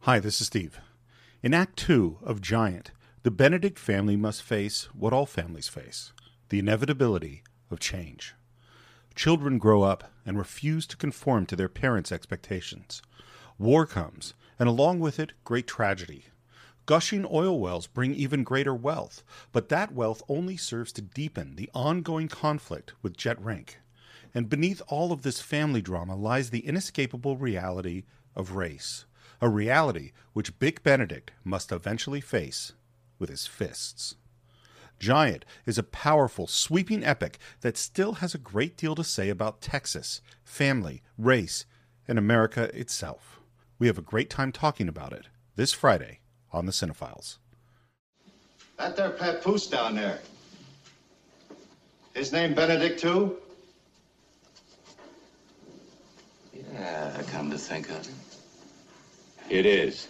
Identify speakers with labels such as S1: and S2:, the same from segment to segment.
S1: Hi, this is Steve. In Act Two of Giant, the Benedict family must face what all families face the inevitability of change. Children grow up and refuse to conform to their parents' expectations. War comes, and along with it, great tragedy. Gushing oil wells bring even greater wealth, but that wealth only serves to deepen the ongoing conflict with Jet Rank. And beneath all of this family drama lies the inescapable reality of race, a reality which Big Benedict must eventually face with his fists. Giant is a powerful, sweeping epic that still has a great deal to say about Texas, family, race, and America itself. We have a great time talking about it this Friday on The Cinephiles.
S2: That there papoose down there. His name Benedict too?
S3: Yeah, come to think of it.
S4: It is.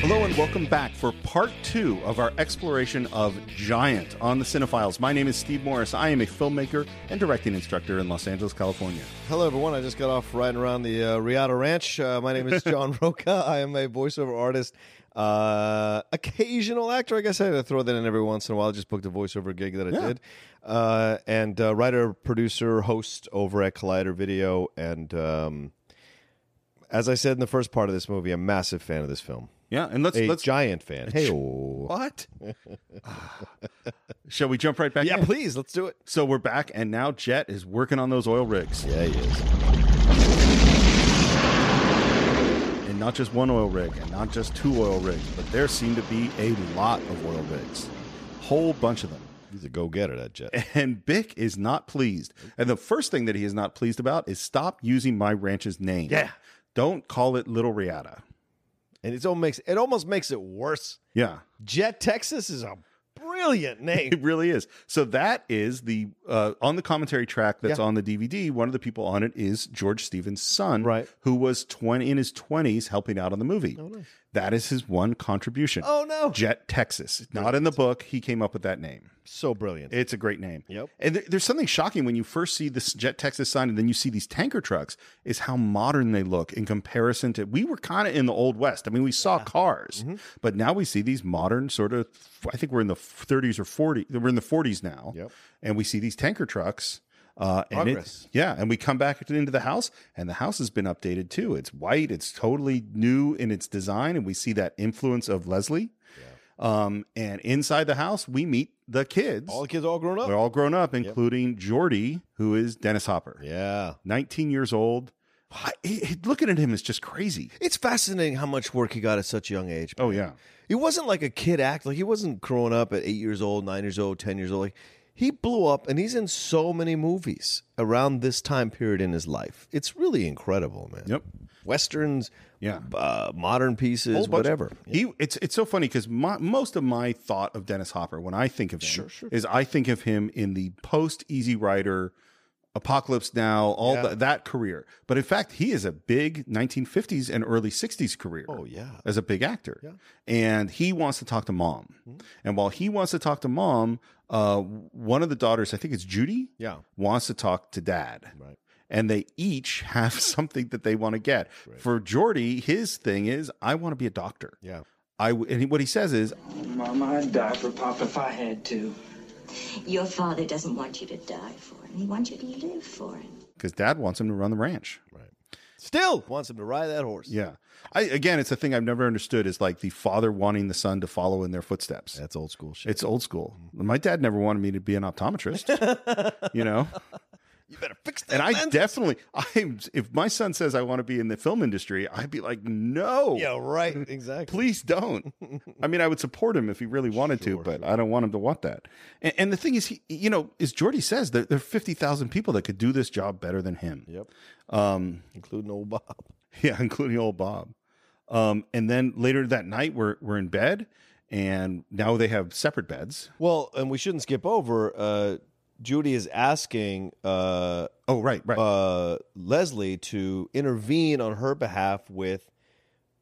S1: Hello and welcome back for part two of our exploration of Giant on The Cinephiles. My name is Steve Morris. I am a filmmaker and directing instructor in Los Angeles, California.
S5: Hello, everyone. I just got off riding around the uh, Riata Ranch. Uh, my name is John Roca. I am a voiceover artist, uh, occasional actor. I guess I had to throw that in every once in a while. I just booked a voiceover gig that I did. Uh, and uh, writer, producer, host over at Collider Video. And um, as I said in the first part of this movie, a massive fan of this film.
S1: Yeah, and let's
S5: A
S1: let's
S5: giant fan. Hey, yeah,
S1: what? Shall we jump right back? in?
S5: please, let's do it.
S1: So we're back, and now Jet is working on those oil rigs,
S5: Yeah, he is.
S1: and not just one oil rig, and not just two oil rigs, but there seem to be a lot of oil rigs, whole bunch of them.
S5: He's a go getter, that jet.
S1: And Bick is not pleased. And the first thing that he is not pleased about is stop using my ranch's name.
S5: Yeah.
S1: Don't call it Little Riata.
S5: And it's almost makes, it almost makes it worse.
S1: Yeah.
S5: Jet Texas is a brilliant
S1: It
S5: name.
S1: really is. So that is the uh, on the commentary track that's
S5: Yeah.
S1: on the DVD. One of the people on it is George Stevens' son,
S5: Right.
S1: Who was twenty in his twenties, helping out on the movie. That is his one contribution.
S5: oh no.
S1: Jet Texas, not in the book. He came up with that name.
S5: so brilliant.
S1: It's a great name.
S5: Yep.
S1: And there- there's something shocking when you first see this Jet Texas sign, and then you see these tanker trucks. Is how modern they look in comparison to. We were kind of in the old west. I mean, we saw cars,
S5: Mm-hmm.
S1: but now we see these modern sort of. I think we're in the 30s or 40. We're in the 40s now.
S5: Yep.
S1: And we see these tanker trucks. Uh, and it,
S5: Progress.
S1: yeah, and we come back into the house, and the house has been updated too. It's white. It's totally new in its design, and we see that influence of Leslie. Um, and inside the house, we meet the kids.
S5: all the kids all grown up.
S1: They're all grown up, including Jordy, who is Dennis Hopper,
S5: yeah.
S1: 19 years old. I, he- looking at him is just crazy.
S5: It's fascinating how much work he got at such a young age.
S1: Oh yeah,
S5: He wasn't like a kid act. Like he wasn't growing up at eight years old, nine years old, ten years old. Like he blew up and he's in so many movies around this time period in his life. It's really incredible, man.
S1: Yep.
S5: Westerns,
S1: Yeah.
S5: uh, modern
S1: Whole
S5: pieces,
S1: bunch of-
S5: whatever.
S1: He it's it's so funny because most of my thought of Dennis Hopper when I think of him is I think of him in the post Easy Rider, Apocalypse Now, all tha- that career. But in fact, he is a big 1950s and early 60s career.
S5: Oh, yeah.
S1: as a big actor, and he wants to talk to mom. And while he wants to talk to mom, uh, one of the daughters, I think it's Judy,
S5: Yeah.
S1: wants to talk to dad.
S5: Right.
S1: And they each have something that they want to get. For Jordy, his thing is, I want to be a doctor.
S5: Yeah.
S1: I w- and what he says is,
S6: Mama, I'd die for Pop if I had to.
S7: Your father doesn't want you to die for him. He wants you to live for him.
S1: because dad wants him to run the ranch.
S5: Still wants him to ride that horse.
S1: Yeah. I again, it's a thing I've never understood is like the father wanting the son to follow in their footsteps.
S5: That's Mm-hmm. old school shit.
S1: It's old school. My dad never wanted me to be an optometrist. you know.
S5: you better fix that.
S1: And I
S5: man.
S1: definitely, I'm. If my son says I want to be in the film industry, I'd be like, no,
S5: Yeah, right. Exactly.
S1: please don't. I mean, I would support him if he really wanted to, but I don't want him to want that. And, and the thing is, he, you know, as Jordy says, there, there are fifty thousand people that could do this job better than him.
S5: Yep.
S1: Um,
S5: Including old Bob.
S1: yeah, including old Bob. Um, and then later that night, we're we're in bed, and now they have separate beds.
S5: Well, and we shouldn't skip over. Uh, Judy is asking uh,
S1: Oh, right, right.
S5: uh, Leslie to intervene on her behalf with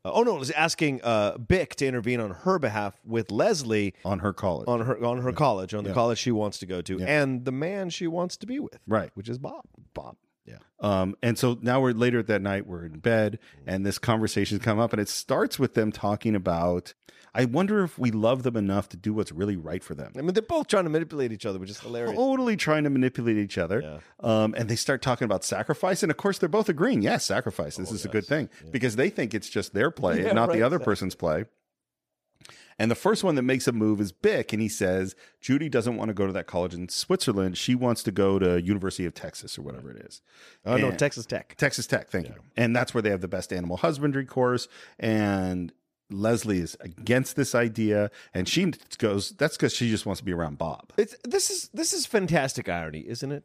S5: Uh, oh no, it was asking uh, Bick to intervene on her behalf with Leslie
S1: on her college.
S5: on her on her college, on the college she wants to go to,
S1: Yeah.
S5: and the man she wants to be with,
S1: Right.
S5: Which is Bob. Bob. Yeah.
S1: Um, and so now we're later at that night, we're in bed,
S5: Mm-hmm.
S1: and this conversation come up, and it starts with them talking about, I wonder if we love them enough to do what's really right for them.
S5: I mean, they're both trying to manipulate each other, which
S1: Oh,
S5: is hilarious.
S1: Totally trying to manipulate each other. Um, and they start talking about sacrifice. And of course, they're both agreeing, yes, sacrifice.
S5: Oh,
S1: This is a good thing because they think it's just their play and not the other person's play. And the first one that makes a move is Bick, and he says Judy doesn't want to go to that college in Switzerland. She wants to go to University of Texas or whatever it is.
S5: Oh no,
S1: And-
S5: Texas Tech.
S1: Texas Tech, thank you. And that's where they have the best animal husbandry course. And Leslie is against this idea, and she goes, "That's because she just wants to be around Bob."
S5: It's this is this is fantastic irony, isn't it?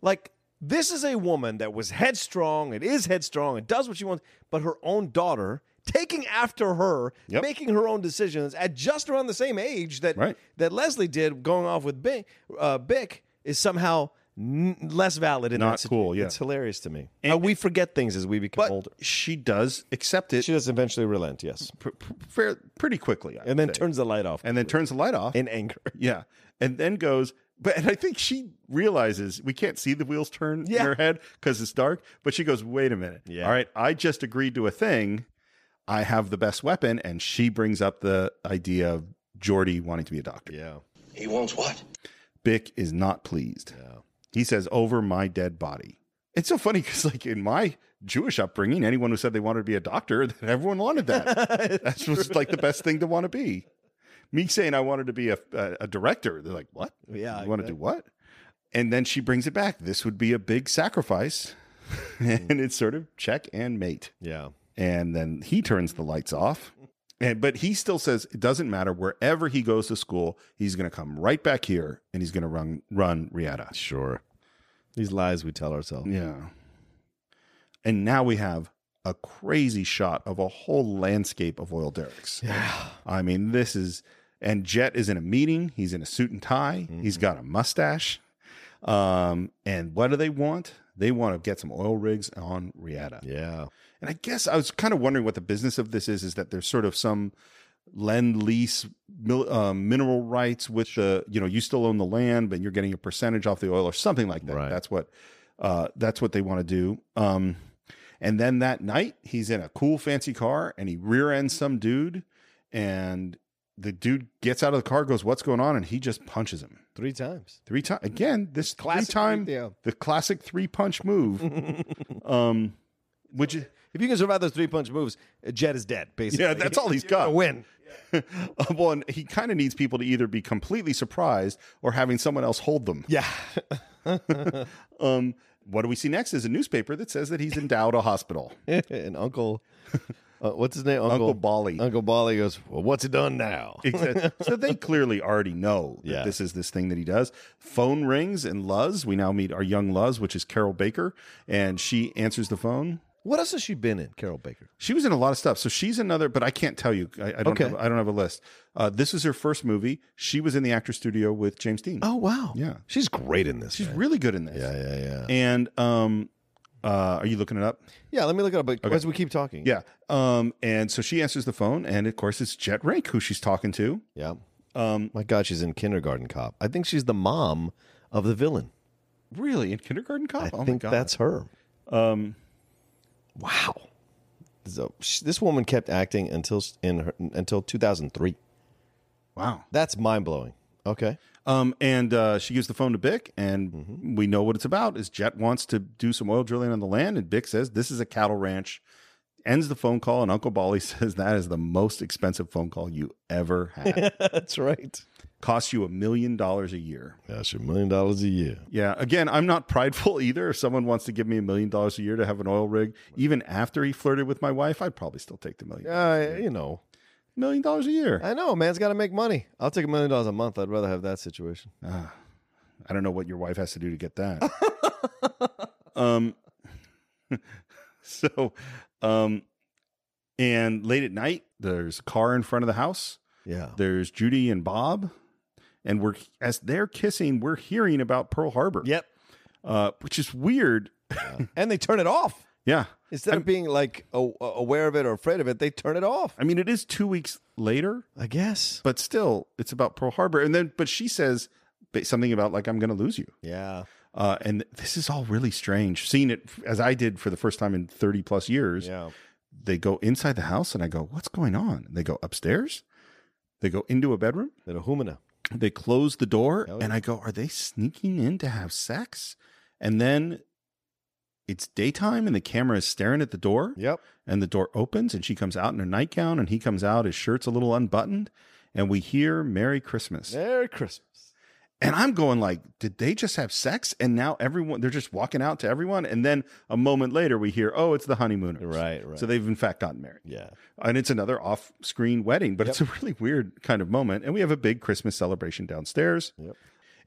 S5: Like this is a woman that was headstrong and is headstrong and does what she wants, but her own daughter taking after her,
S1: Yep.
S5: making her own decisions at just around the same age that
S1: Right.
S5: that Leslie did, going off with Bick, uh, Bick is somehow n- less valid in
S1: Not
S5: that situ-
S1: cool, yeah.
S5: it's hilarious to me. Uh, we forget things as we become
S1: But
S5: older.
S1: she does accept it
S5: She does eventually relent, yes,
S1: pr- pr- fair, pretty quickly, I
S5: and then
S1: would say.
S5: turns the light off
S1: and then turns the light off.
S5: in anger.
S1: yeah, and then goes. But and I think she realizes we can't see the wheels turn
S5: Yeah.
S1: in her head because it's dark. But she goes, "Wait a minute!
S5: Yeah.
S1: All right, I just agreed to a thing. I have the best weapon." And she brings up the idea of Jordy wanting to be a doctor.
S5: Yeah,
S8: He wants what?
S1: Bick is not pleased. He says, over my dead body. It's so funny because, like, in my Jewish upbringing, anyone who said they wanted to be a doctor, that everyone wanted that. That's just like the best thing to want to be. Me saying I wanted to be a, a, a director, they're like, what?
S5: Yeah,
S1: You want to do what? And then she brings it back. This would be a big sacrifice. and it's sort of check and mate
S5: yeah.
S1: and then he turns the lights off. And but he still says it doesn't matter wherever he goes to school, he's going to come right back here and he's going to run run Riata.
S5: Sure. These lies we tell ourselves.
S1: Yeah. And now we have a crazy shot of a whole landscape of oil derricks. Yeah. I mean, this is and Jet is in a meeting, he's in a suit and tie, he's got a mustache. Um and what do they want? They want to get some oil rigs on Riata.
S5: Yeah.
S1: And I guess I was kind of wondering what the business of this is is that there's sort of some lend lease mil, uh, mineral rights with the you know you still own the land but you're getting a percentage off the oil or something like that.
S5: Right.
S1: That's what uh, that's what they want to do. Um, and then that night he's in a cool fancy car and he rear ends some dude and the dude gets out of the car goes what's going on and he just punches him
S5: Three times.
S1: three times again this
S5: Classic
S1: three time
S5: yeah.
S1: the classic three punch move um would you
S5: If you can survive those three punch moves, Jet is dead, basically.
S1: Yeah, that's all he's
S5: You're gonna
S1: got.
S5: Win.
S1: well, and he kind of needs people to either be completely surprised or having someone else hold them.
S5: Yeah.
S1: Um, what do we see next is a newspaper that says that he's endowed a hospital.
S5: and Uncle, uh, what's his name?
S1: Uncle Bali.
S5: Uncle Bali goes, Well, what's it done now?
S1: Exact- so they clearly already know that
S5: Yeah.
S1: this is this thing that he does. Phone rings and Luz. We now meet our young Luz, which is Carol Baker, and she answers the phone.
S5: What else has she been in, Carol Baker?
S1: She was in a lot of stuff, so she's another. But I can't tell you. I, I don't.
S5: Okay.
S1: Have, I don't have a list. Uh, this is her first movie. She was in the actor studio with James Dean.
S5: Oh, wow.
S1: Yeah.
S5: She's great in this.
S1: she's
S5: man.
S1: really good in this.
S5: Yeah, yeah, yeah.
S1: And um, uh, are you looking it up?
S5: Yeah, let me look it up but as we keep talking.
S1: Yeah. Um, and so she answers the phone, and of course, it's Jet Rank who she's talking to.
S5: Yeah. Um, My God, she's in Kindergarten Cop. I think she's the mom of the villain.
S1: Really, in Kindergarten Cop? Oh
S5: I think that's her. oh Um, wow. So sh- this woman kept acting until s- in her, until 2003.
S1: wow.
S5: That's mind blowing. Okay.
S1: Um, and uh, she gives the phone to Bick, and
S5: Mm-hmm.
S1: we know what it's about. Is Jet wants to do some oil drilling on the land, and Bick says this is a cattle ranch. Ends the phone call, and Uncle Bolly says that is the most expensive phone call you ever had.
S5: That's right.
S1: Costs you a million dollars a year.
S5: That's your million dollars a year.
S1: Yeah. Again, I'm not prideful either. If someone wants to give me a million dollars a year to have an oil rig, even after he flirted with my wife, I'd probably still take the million
S5: Uh, you know,
S1: million dollars a year.
S5: I know. Man's got to make money. I'll take a million dollars a month. I'd rather have that situation.
S1: I don't know what your wife has to do to get that. um, so, um, and late at night, there's a car in front of the house.
S5: Yeah.
S1: There's Judy and Bob, and we're as they're kissing, we're hearing about Pearl Harbor.
S5: Yep.
S1: Uh, which is weird.
S5: And they turn it off.
S1: Yeah.
S5: Instead of being like a- aware of it or afraid of it, they turn it off.
S1: I mean, it is two weeks later,
S5: I guess.
S1: but still, it's about Pearl Harbor. And then, but she says ba- something about like, I'm going to lose you.
S5: Yeah.
S1: Uh, and this is all really strange. Seeing it f- as I did for the first time in 30 plus years,
S5: Yeah.
S1: they go inside the house and I go, What's going on? And they go upstairs, they go into a bedroom,
S5: Little humana.
S1: they close the door,
S5: Oh,
S1: and
S5: yeah.
S1: I go, Are they sneaking in to have sex? And then it's daytime and the camera is staring at the door.
S5: Yep.
S1: and the door opens and she comes out in her nightgown and he comes out his shirt's a little unbuttoned and we hear merry christmas
S5: Merry Christmas.
S1: and i'm going like did they just have sex and now everyone they're just walking out to everyone and then a moment later we hear oh it's the honeymooners
S5: Right, right.
S1: so they've in fact gotten married
S5: Yeah.
S1: and it's another off-screen wedding but it's a really weird kind of moment and we have a big christmas celebration downstairs
S5: Yep.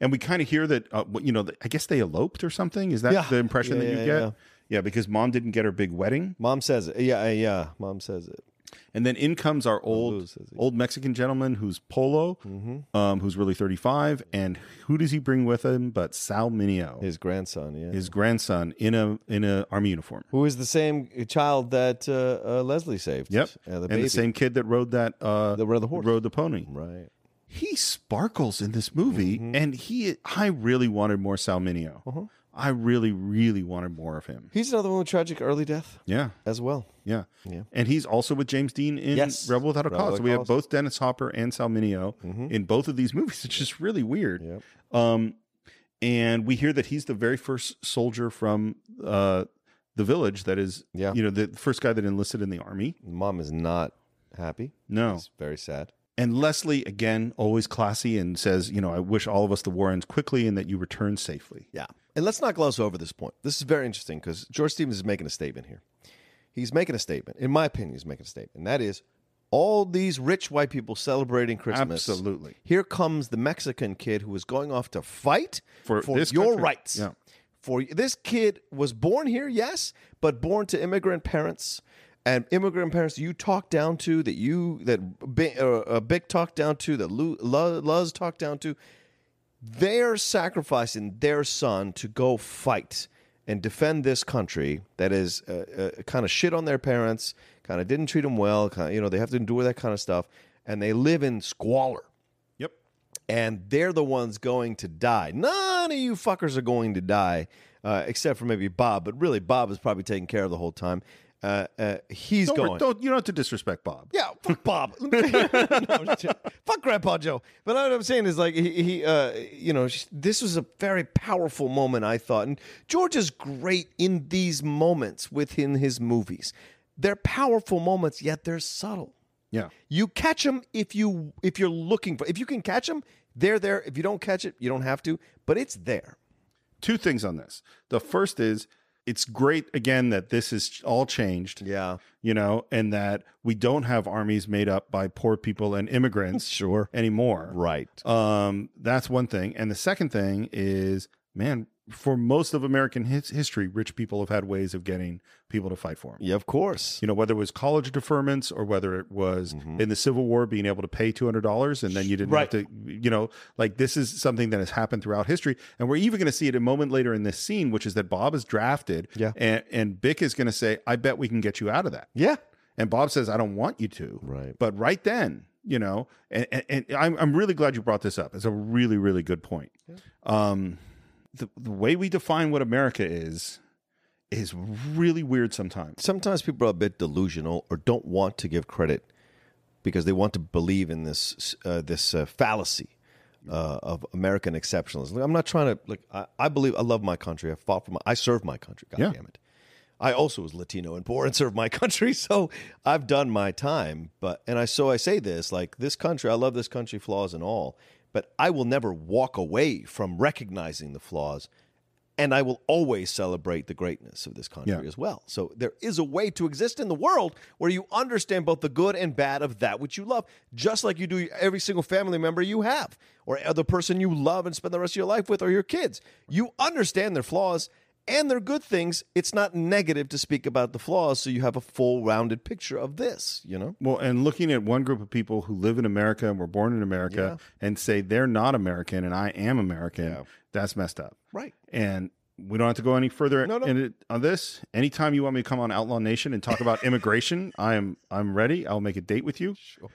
S1: and we kind of hear that uh, what- you know i guess they eloped or something is that
S5: Yeah.
S1: the impression
S5: Yeah,
S1: that you
S5: yeah,
S1: get
S5: yeah.
S1: yeah because mom didn't get her big wedding
S5: Mom says it. Yeah, uh, yeah. Mom says it.
S1: And then in comes our old
S5: Luz, is he? Mm-hmm.
S1: old Mexican gentleman who's Polo, um, who's really 35. And who does he bring with him but Sal Mineo, his,
S5: His grandson. Yeah.
S1: grandson, in a in a army uniform.
S5: Who is the same child that uh, uh, Leslie saved?
S1: Yep.
S5: Uh, the
S1: and
S5: baby.
S1: the same kid that rode that uh,
S5: That rode the horse.
S1: pony.
S5: Right.
S1: He sparkles in this movie,
S5: Mm-hmm.
S1: and he I really wanted more Sal Mineo.
S5: Uh-huh.
S1: I really, really wanted more of him.
S5: He's another one with tragic early death
S1: Yeah,
S5: as well.
S1: yeah,
S5: Yeah.
S1: And he's also with James Dean in
S5: Yes.
S1: Rebel Without a
S5: Rebel
S1: Cause.
S5: Without
S1: we have
S5: Cause. Mm-hmm.
S1: both Dennis Hopper and Sal Mineo in both of these movies. It's just really weird.
S5: Yep.
S1: Um, and we hear that he's the very first soldier from uh, the village that is,
S5: Yeah.
S1: you know, the first guy that enlisted in the army.
S5: Mom is not happy.
S1: No.
S5: She's very sad.
S1: And Leslie, again, always classy and says, you know, I wish all of us the war ends quickly and that you return safely.
S5: Yeah. And let's not gloss over this point. This is very interesting because George Stevens is making a statement here. He's making a statement, in my opinion, he's making a statement. And that is all these rich white people celebrating Christmas.
S1: Absolutely.
S5: Here comes the Mexican kid who is going off to fight
S1: For
S5: for,
S1: this
S5: your
S1: country.
S5: rights.
S1: Yeah.
S5: For this kid was born here, yes, but born to immigrant parents. And immigrant parents you talk down to that you that Big, uh, uh, Bick talked down to that Lu, Lu, Luz talked down to they're sacrificing their son to go fight and defend this country that is uh, uh, kind of shit on their parents, kind of didn't treat them well, kind of, you know, they have to endure that kind of stuff, and they live in squalor.
S1: Yep.
S5: And they're the ones going to die. None of you fuckers are going to die, uh, except for maybe Bob. But really, Bob is probably taken care of the whole time. Uh, uh, he's
S1: Don't,
S5: going.
S1: worry, don't you don't have to disrespect Bob.
S5: Yeah, fuck Bob. No, I'm just kidding. fuck Grandpa Joe. But what I'm saying is, like, he, he uh, you know, sh- this was a very powerful moment, I thought. And George is great in these moments within his movies. They're powerful moments, yet they're subtle.
S1: Yeah.
S5: You catch them if you if you're looking for. If you can catch them, they're there. If you don't catch it, you don't have to. But it's there.
S1: Two things on this. The first is it's great again that this is all changed.
S5: Yeah.
S1: you know, and that we don't have armies made up by poor people and immigrants
S5: Sure.
S1: anymore.
S5: Right.
S1: Um, that's one thing. And the second thing is, man, for most of American his- history, rich people have had ways of getting people to fight for them.
S5: Yeah, of course.
S1: You know, whether it was college deferments or whether it was in the Civil War being able to pay $200 and then you didn't
S5: Mm-hmm. Right.
S1: have to, you know, like this is something that has happened throughout history. And we're even going to see it a moment later in this scene, which is that Bob is drafted
S5: Yeah.
S1: and, and Bick is going to say, I bet we can get you out of that.
S5: Yeah.
S1: And Bob says, I don't want you to.
S5: Right.
S1: But right then, you know, and, and, and I'm, I'm really glad you brought this up. It's a really, really good point. Um, the, the way we define what America is, is really weird sometimes.
S5: sometimes people are a bit delusional or don't want to give credit because they want to believe in this uh, this uh, fallacy uh, of American exceptionalism. I'm not trying to look. I, I believe I love my country. I fought for my. I serve my country. God
S1: Yeah.
S5: damn it. I also was Latino and poor and served my country, so I've done my time. But and I so I say this like this country. I love this country, flaws and all. But I will never walk away from recognizing the flaws and I will always celebrate the greatness of this country
S1: Yeah.
S5: as well. So there is a way to exist in the world where you understand both the good and bad of that which you love, just like you do every single family member you have, or the person you love and spend the rest of your life with, or your kids. You understand their flaws and their good things. It's not negative to speak about the flaws, so you have a full rounded picture of this. You know,
S1: Well, and looking at one group of people who live in America and were born in America and say they're not American and I am American, that's messed up.
S5: right?
S1: And we don't have to go any further
S5: No, no.
S1: in it, on this. Anytime you want me to come on Outlaw Nation and talk about immigration, I'm I'm ready. I'll make a date with you. Sure.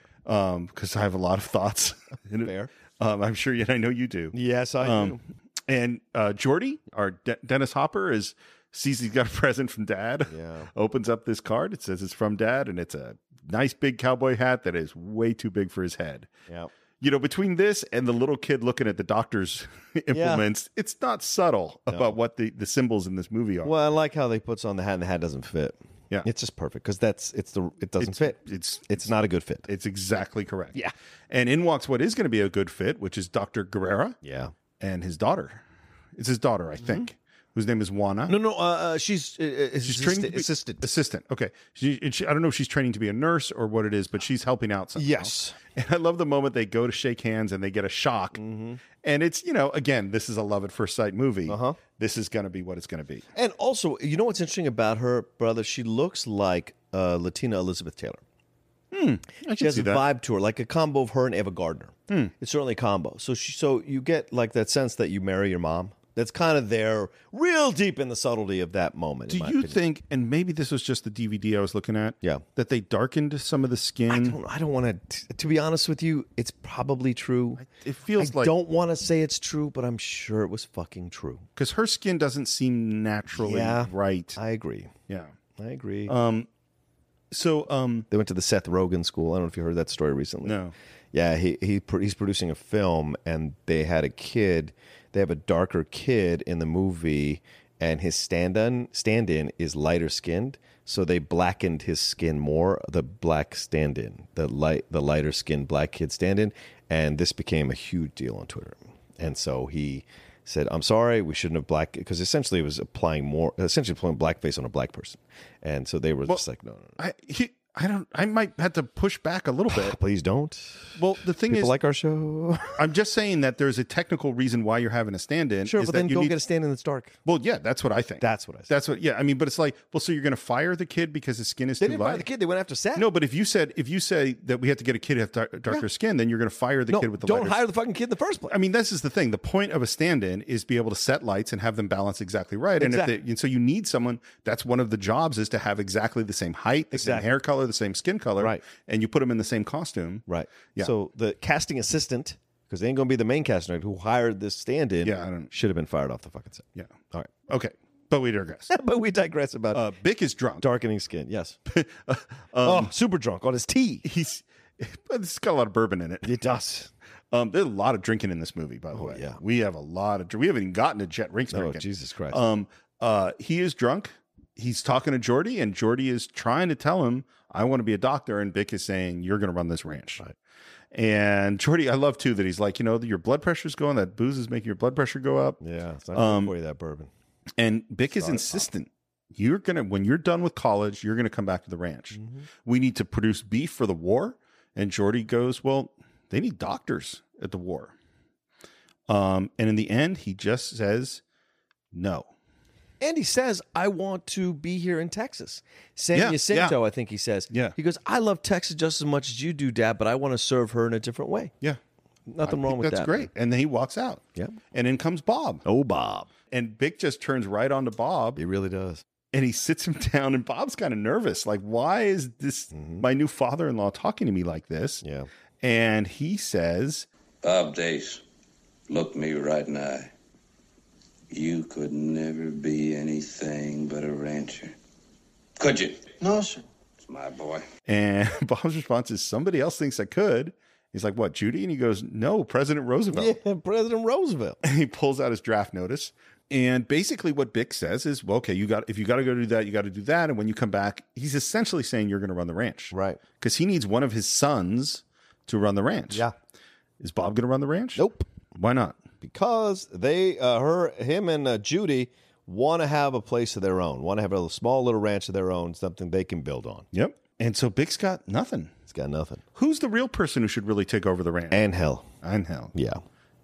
S1: because I have a lot of thoughts. And,
S5: Fair.
S1: Um, I'm sure, yet I know you do.
S5: Yes, I
S1: Um, and uh, Jordy, our De- Dennis Hopper, is sees he's got a present from Dad.
S5: Yeah.
S1: opens up this card. It says it's from Dad, and it's a nice big cowboy hat that is way too big for his head.
S5: Yeah.
S1: You know, between this and the little kid looking at the doctor's implements, it's not subtle about what the, the symbols in this movie are.
S5: Well, I like how they puts on the hat and the hat doesn't fit.
S1: Yeah.
S5: It's just perfect because that's it's the it doesn't fit.
S1: it's-
S5: it's not a good fit.
S1: It's exactly correct.
S5: Yeah.
S1: And in walks what is going to be a good fit, which is Dr. Guerrera
S5: yeah. Mm-hmm.
S1: and his daughter. It's his daughter, I think, whose name is Juana.
S5: No, no. Uh, uh, she's uh, uh,
S1: She's
S5: assist-
S1: training to be-
S5: assistant.
S1: Assistant. Okay. She, and she, I don't know if she's training to be a nurse or what it is, but she's helping out somehow.
S5: Yes.
S1: And I love the moment they go to shake hands and they get a shock. And it's, you know, again, this is a love at first sight movie.
S5: Mm-hmm. Uh-huh.
S1: This is going to be what it's going to be.
S5: And also, you know what's interesting about her brother? She looks like uh, Latina Elizabeth Taylor.
S1: I
S5: She
S1: can
S5: has
S1: see
S5: a
S1: that. Hmm.
S5: vibe to her, like a combo of her and Eva Gardner. It's certainly a combo. So she, so you get like that sense that you marry your mom. That's kind of there, real deep in the subtlety of that moment.
S1: Do
S5: in
S1: you
S5: my opinion.
S1: think, and maybe this was just the DVD I was looking at,
S5: Yeah.
S1: that they darkened some of the skin?
S5: I don't, I don't want to. To be honest with you, it's probably true.
S1: it feels
S5: I
S1: like-
S5: don't want to say it's true, but I'm sure it was fucking true.
S1: because her skin doesn't seem naturally
S5: Yeah.
S1: right.
S5: I agree.
S1: yeah.
S5: I agree.
S1: So, um,
S5: they went to the Seth Rogen school. I don't know if you heard that story recently.
S1: No.
S5: Yeah, he he pro- he's producing a film, and they had a kid. They have a darker kid in the movie, and his stand-in stand-in is lighter skinned. So they blackened his skin more. The black stand-in, the light, the lighter skinned black kid stand-in, and this became a huge deal on Twitter. And so he said, "I'm sorry, we shouldn't have black," because essentially it was applying more, essentially putting blackface on a black person. And so they were just like, "No, no, no,
S1: I, he, I don't, I might have to push back a little bit.
S5: please don't."
S1: Well, the thing
S5: People
S1: is,
S5: like our show.
S1: I'm just saying that there's a technical reason why you're having a stand-in.
S5: Sure,
S1: is
S5: but
S1: that
S5: then
S1: you
S5: go
S1: need-
S5: get a stand in that's dark.
S1: Well, yeah, that's what I think.
S5: That's what I said.
S1: That's what. Yeah, I mean, but it's like, well, so you're going to fire the kid because his skin is
S5: They
S1: too
S5: didn't
S1: light.
S5: fire the kid. They went after Seth.
S1: No, but if you said if you say that we have to get a kid who have dar- darker skin, then you're going to fire the
S5: no,
S1: kid with the
S5: don't
S1: lighter
S5: hire the fucking kid in the first place.
S1: I mean, this is the thing. The point of a stand-in is be able to set lights and have them balance exactly right. And
S5: Exactly.
S1: if they, and so you need someone. That's one of the jobs is to have exactly the same height, the same
S5: Exactly.
S1: hair color, the same skin color,
S5: Right.
S1: And you put them in the same costume,
S5: right.
S1: Yeah.
S5: So the casting assistant, because they ain't gonna be the main casting director who hired this stand in.
S1: Yeah, I don't-
S5: should have been fired off the fucking set.
S1: Yeah.
S5: All right.
S1: Okay, but we digress.
S5: but we digress about
S1: uh, um, Bick is drunk.
S5: darkening skin. Yes. oh, super drunk on his tea.
S1: He's but it's got a lot of bourbon in it.
S5: It does.
S1: Um, there's a lot of drinking in this movie, by the way.
S5: Oh, yeah.
S1: we have a lot of. dr- We haven't even gotten to Jet Rinks
S5: Oh,
S1: drinking.
S5: Jesus Christ.
S1: Um, uh, he is drunk. He's talking to Jordy, and Jordy is trying to tell him, "I want to be a doctor." And Bick is saying, "You're going to run this ranch." And Jordy, I love too that he's like, you know, your blood pressure's going. That booze is making your blood pressure go up.
S5: yeah. It's not
S1: Um,
S5: good for you that bourbon.
S1: And Bick is insistent. You're gonna when you're done with college, you're gonna come back to the ranch. We need to produce beef for the war. And Jordy goes, Well, they need doctors at the war. Um, and in the end, he just says no.
S5: And he says, I want to be here in Texas. San
S1: Yeah,
S5: Jacinto,
S1: yeah.
S5: I think he says.
S1: Yeah.
S5: He goes, I love Texas just as much as you do, Dad, but I want to serve her in a different way.
S1: Yeah.
S5: Nothing wrong with
S1: That's
S5: that.
S1: great. And then he walks out.
S5: Yeah.
S1: And in comes Bob.
S5: Oh, Bob.
S1: And Bick just turns right on to Bob
S5: He really does.
S1: and he sits him down. And Bob's kind of nervous. Like, why is this my new father in law talking to me like this?
S5: Mm-hmm. Yeah.
S1: And he says,
S3: Bob Dace, look me right in the eye. You could never be anything but a rancher. Could you?
S6: No, sir.
S3: It's my boy.
S1: And Bob's response is, somebody else thinks I could. He's like, what, Judy? And he goes, no, President Roosevelt.
S5: Yeah, President Roosevelt.
S1: And he pulls out his draft notice. And basically, what Bick says is, well, okay, you got if you got to go do that, you got to do that. And when you come back, he's essentially saying you're going to run the ranch,
S5: Right.
S1: Because he needs one of his sons to run the ranch. Is Bob going to run the ranch?
S5: Nope.
S1: Why not?
S5: Because they, uh, her, him, and uh, Judy want to have a place of their own. Want to have a small little ranch of their own, something they can build on.
S1: Yep. And so Bick's got nothing.
S5: It's got nothing.
S1: Who's the real person who should really take over the ranch?
S5: And hell,
S1: Angel.
S5: yeah.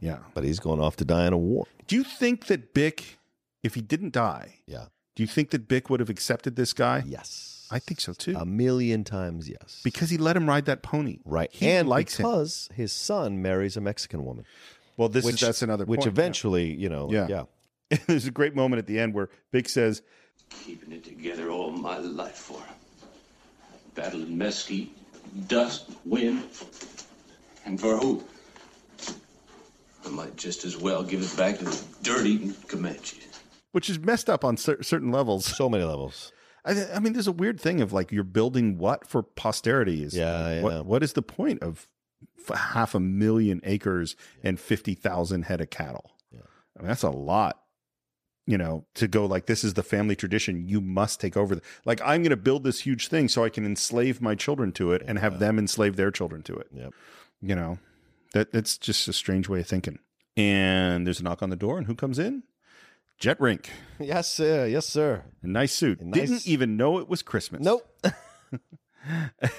S1: Yeah.
S5: But he's going off to die in a war.
S1: Do you think that Bick, if he didn't die,
S5: Yeah.
S1: do you think that Bick would have accepted this guy?
S5: Yes.
S1: I think so too.
S5: a million times yes.
S1: because he let him ride that pony.
S5: right.
S1: He
S5: and
S1: likes him.
S5: because his son marries a Mexican woman,
S1: Well, this
S5: which
S1: is that's another
S5: which
S1: point.
S5: eventually, you know,
S1: Yeah.
S5: yeah.
S1: there's a great moment at the end where Big says,
S3: Keeping it together all my life for him. Battling mesquite, dust, wind, and for who? I might just as well give it back to the dirty Comanches.
S1: which is messed up on cer- certain levels.
S5: So many levels.
S1: I, th- I mean, there's a weird thing of like you're building what for posterity is.
S5: Yeah, I
S1: what,
S5: know.
S1: what is the point of f- half a million acres and fifty thousand head of cattle? I mean, that's a lot. You know, to go like this is the family tradition. You must take over. The, like I'm going to build this huge thing so I can enslave my children to it and have them enslave their children to it.
S5: Yep.
S1: You know, that that's just a strange way of thinking. And there's a knock on the door, and who comes in? Jet Rink.
S5: Yes, sir. Yes, sir.
S1: A nice suit.
S5: A nice-
S1: Didn't even know it was Christmas.
S5: Nope.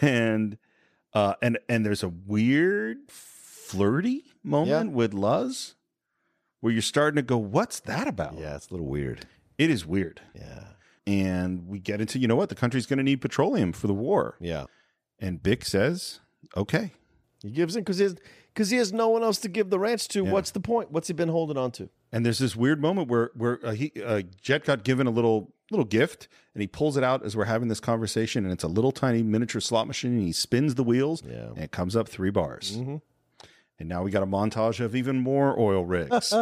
S1: And uh and and there's a weird flirty moment with Luz where you're starting to go, what's that about?
S5: Yeah, it's a little weird.
S1: It is weird.
S5: Yeah.
S1: And we get into, you know what, the country's gonna need petroleum for the war.
S5: Yeah.
S1: And Bick says, Okay.
S5: He gives in because he, has- 'cause he has no one else to give the ranch to. What's the point? What's he been holding on to?
S1: And there's this weird moment where where uh, he uh, Jet got given a little little gift, and he pulls it out as we're having this conversation, and it's a little tiny miniature slot machine, and he spins the wheels,
S5: Yeah.
S1: and it comes up three bars. And now we got a montage of even more oil rigs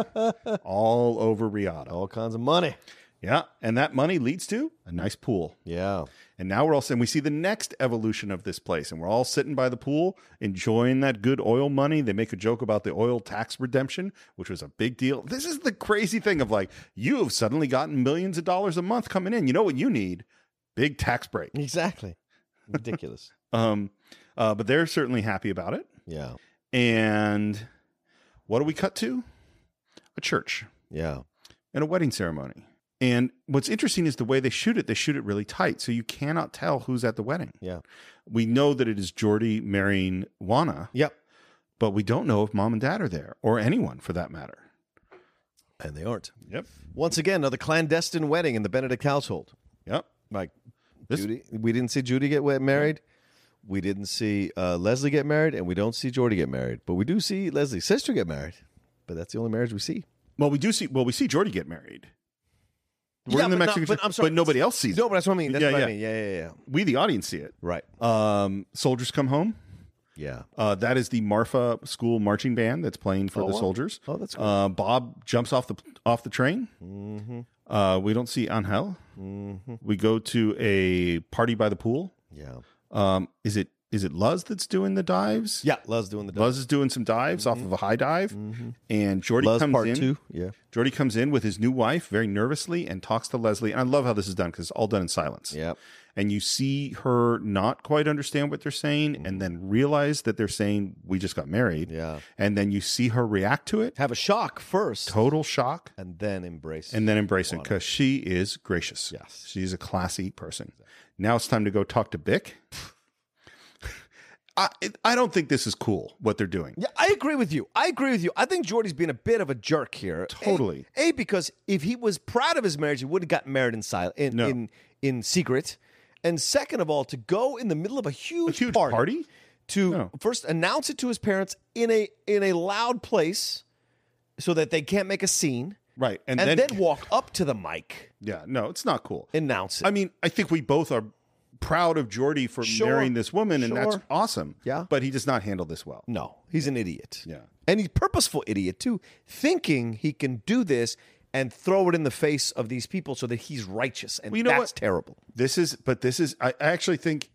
S1: all over Riyadh. Oh,
S5: All kinds of money.
S1: Yeah, and that money leads to a nice pool.
S5: Yeah.
S1: And now we're all and we see the next evolution of this place, and we're all sitting by the pool enjoying that good oil money. They make a joke about the oil tax redemption, which was a big deal. This is the crazy thing of like you have suddenly gotten millions of dollars a month coming in. You know what you need? Big tax break.
S5: Exactly. Ridiculous.
S1: Um, uh, but they're certainly happy about it.
S5: yeah.
S1: And what do we cut to? A church
S5: Yeah.
S1: and a wedding ceremony. And what's interesting is the way they shoot it. They shoot it really tight, so you cannot tell who's at the wedding.
S5: Yeah.
S1: We know that it is Jordy marrying Juana,
S5: Yep.
S1: but we don't know if mom and dad are there or anyone for that matter.
S5: And they aren't.
S1: Yep.
S5: Once again, another clandestine wedding in the Benedict household.
S1: Yep.
S5: Like
S1: This-
S5: Judy, we didn't see Judy get wet- married. We didn't see uh, Leslie get married, and we don't see Jordy get married. But we do see Leslie's sister get married. But that's the only marriage we see.
S1: Well, we do see. Well, we see Jordy get married. We're
S5: Yeah,
S1: in the
S5: but not-
S1: Mexican,
S5: but I'm sorry.
S1: but nobody else sees
S5: No,
S1: it.
S5: but that's what I mean. That's
S1: Yeah,
S5: what
S1: yeah.
S5: I mean. Yeah, yeah, yeah.
S1: We, the audience, see it.
S5: Right.
S1: Um, soldiers come home.
S5: Yeah.
S1: Uh, that is the Marfa School marching band that's playing for the soldiers.
S5: Oh, that's cool. Mm-hmm.
S1: Uh, Bob jumps off the off the train. Uh, we don't see Angel. We go to a party by the pool.
S5: Yeah.
S1: Um, is it is it Luz that's doing the dives?
S5: Yeah. Love's doing the dog.
S1: Luz is doing some dives off of a high dive, and Jordy
S5: Love's
S1: comes
S5: Mm-hmm. part
S1: in.
S5: two. Yeah.
S1: Jordy comes in with his new wife very nervously and talks to Leslie. And I love how this is done because it's all done in silence.
S5: Yeah.
S1: And you see her not quite understand what they're saying and then realize that they're saying, We just got married.
S5: Mm-hmm. Yeah.
S1: And then you see her react to it,
S5: Have a shock first,
S1: total shock,
S5: and then embrace.
S1: and then embrace it because she is gracious.
S5: Yes.
S1: She's a classy person. Now it's time to go talk to Bick. I, it, I don't think this is cool what they're doing.
S5: Yeah, I agree with you. I agree with you. I think Jordy's being a bit of a jerk here. A-
S1: Totally.
S5: A, because if he was proud of his marriage, he would have got married in silent, in,
S1: No.
S5: in in secret. And second of all, to go in the middle of a huge,
S1: huge
S5: party,
S1: party?
S5: to
S1: No.
S5: first announce it to his parents in a in a loud place, so that they can't make a scene,
S1: Right. And,
S5: and, then, walk up to the mic,
S1: yeah, no, it's not cool.
S5: announce it.
S1: I mean, I think we both are proud of Jordy for
S5: Sure.
S1: marrying this woman, and that's
S5: Sure.
S1: awesome.
S5: Yeah.
S1: But he does not handle this well.
S5: No, he's an idiot.
S1: Yeah.
S5: And he's a purposeful idiot too, thinking he can do this and throw it in the face of these people so that he's righteous. And
S1: Well, you know
S5: that's
S1: what?
S5: terrible.
S1: This is, but this is, I, I actually think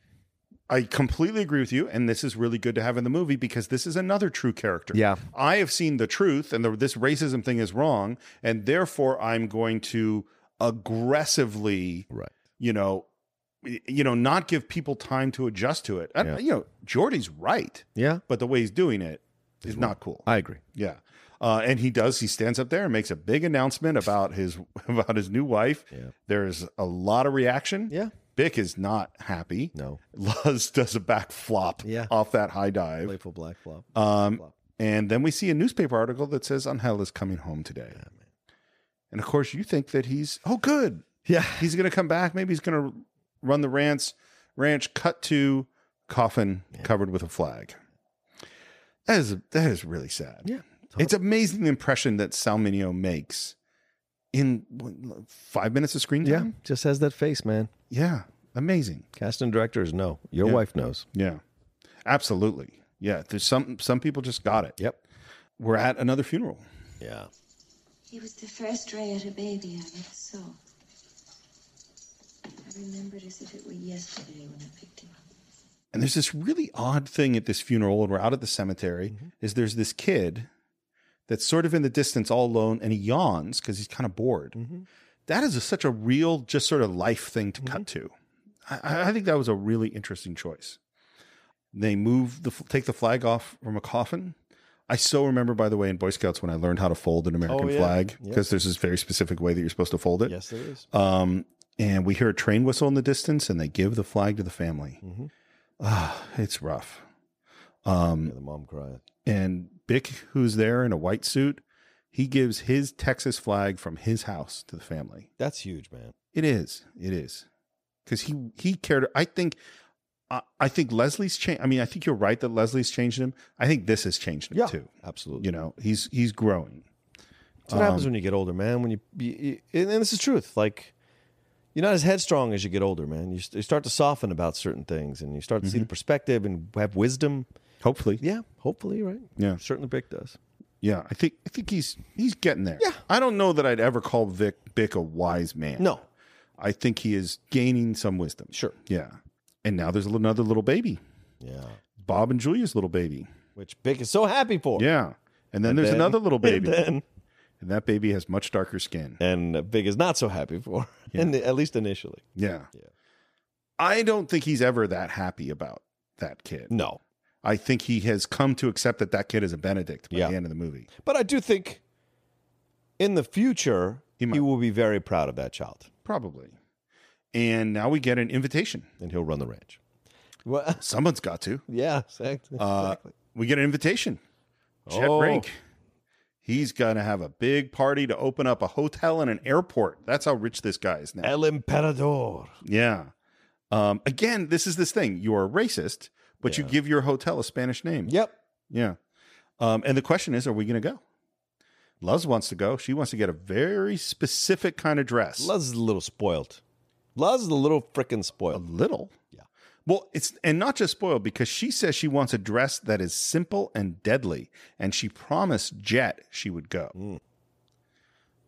S1: I completely agree with you. And this is really good to have in the movie because this is another true character.
S5: Yeah.
S1: I have seen the truth, and the, this racism thing is wrong. And therefore, I'm going to aggressively,
S5: Right.
S1: you know, y- you know, not give people time to adjust to it. I-
S5: Yeah.
S1: You know, Jordy's right,
S5: Yeah.
S1: but the way he's doing it is not cool.
S5: I agree.
S1: Yeah. Uh, and he does. He stands up there and makes a big announcement about his about his new wife. There's a lot of reaction.
S5: Yeah.
S1: Bick is not happy.
S5: No.
S1: Luz does a back flop
S5: Yeah.
S1: off that high dive.
S5: Playful black flop.
S1: Um, and then we see a newspaper article that says Angel is coming home today. and of course, you think that he's oh good.
S5: yeah.
S1: He's going to come back. Maybe he's going to run the ranch. Ranch cut to coffin covered with a flag. That is that is really sad.
S5: Yeah.
S1: It's amazing the impression that Salminio makes in what, five minutes of screen
S5: Yeah,
S1: time.
S5: just has that face, man.
S1: Yeah, amazing.
S5: Casting directors know. Your
S1: Yeah.
S5: wife knows.
S1: Yeah, absolutely. Yeah, there's some some people just got it.
S5: Yep.
S1: We're at another funeral.
S5: Yeah.
S7: He was the first ray at a baby I ever saw. I remember it as if it were yesterday when I picked him up.
S1: And there's this really odd thing at this funeral, and we're out at the cemetery,
S5: Mm-hmm.
S1: is there's this kid that's sort of in the distance all alone and he yawns because he's kind of bored.
S5: Mm-hmm.
S1: That is a, such a real, just sort of life thing to
S5: Mm-hmm.
S1: cut to. I- I, I think that was a really interesting choice. They move the f- take the flag off from a coffin. I so remember, by the way, in Boy Scouts when I learned how to fold an American
S5: Oh, yeah.
S1: flag
S5: Yeah.
S1: because there's this very specific way that you're supposed to fold it.
S5: Yes, there is.
S1: Um, and we hear a train whistle in the distance, and they give the flag to the family.
S5: Mhm.
S1: Ah, it's rough.
S5: Yeah,
S1: Um,
S5: the mom cried.
S1: and Bick, who's there in a white suit, he gives his Texas flag from his house to the family.
S5: That's huge, man.
S1: It is, it is, because he he cared. I think, I, I think Leslie's changed. I mean, I think you're right that Leslie's changed him. I think this has changed him
S5: Yeah.
S1: too.
S5: Absolutely.
S1: You know, he's he's growing.
S5: That's what
S1: Um,
S5: happens when you get older, man. When you, you, you- and and this is truth. Like you're not as headstrong as you get older, man. You, st- you start to soften about certain things, and you start to
S1: Mm-hmm.
S5: see the perspective and have wisdom.
S1: Hopefully,
S5: Yeah, hopefully, right?
S1: Yeah.
S5: certainly, Bick does.
S1: Yeah, I think I think he's he's getting there.
S5: Yeah.
S1: I don't know that I'd ever call Vic Bick a wise man.
S5: No,
S1: I think he is gaining some wisdom.
S5: Sure.
S1: Yeah. And now there's another little baby,
S5: yeah,
S1: Bob and Julia's little baby.
S5: which Bick is so happy for.
S1: Yeah. And then there's
S5: then-
S1: another little baby, and,
S5: and,
S1: that baby has much darker skin.
S5: then, and Bick is not so happy for, and at least initially.
S1: Yeah.
S5: Yeah.
S1: I don't think he's ever that happy about that kid.
S5: No,
S1: I think he has come to accept that that kid is a Benedict by
S5: Yeah.
S1: the end of the movie.
S5: but I do think in the future
S1: He
S5: he,
S1: might.
S5: will be very proud of that child,
S1: Probably. And now we get an invitation.
S5: and he'll run the ranch. Well,
S1: Someone's got to.
S5: yeah, exactly.
S1: Uh,
S5: exactly.
S1: we get an invitation. Chet
S5: Oh.
S1: Rink. He's going to have a big party to open up a hotel and an airport. That's how rich this guy is now.
S5: El Emperador.
S1: yeah. Um, again, this is this thing. You are a racist, but you give your hotel a Spanish name.
S5: Yep.
S1: Yeah. Um, and the question is, are we going to go? Luz wants to go. She wants to get a very specific kind of dress.
S5: Luz is a little spoiled. Luz is a little freaking
S1: a
S5: spoiled.
S1: little.
S5: Yeah.
S1: Well, it's and not just spoiled because she says she wants a dress that is simple and deadly, and she promised Jet she would go.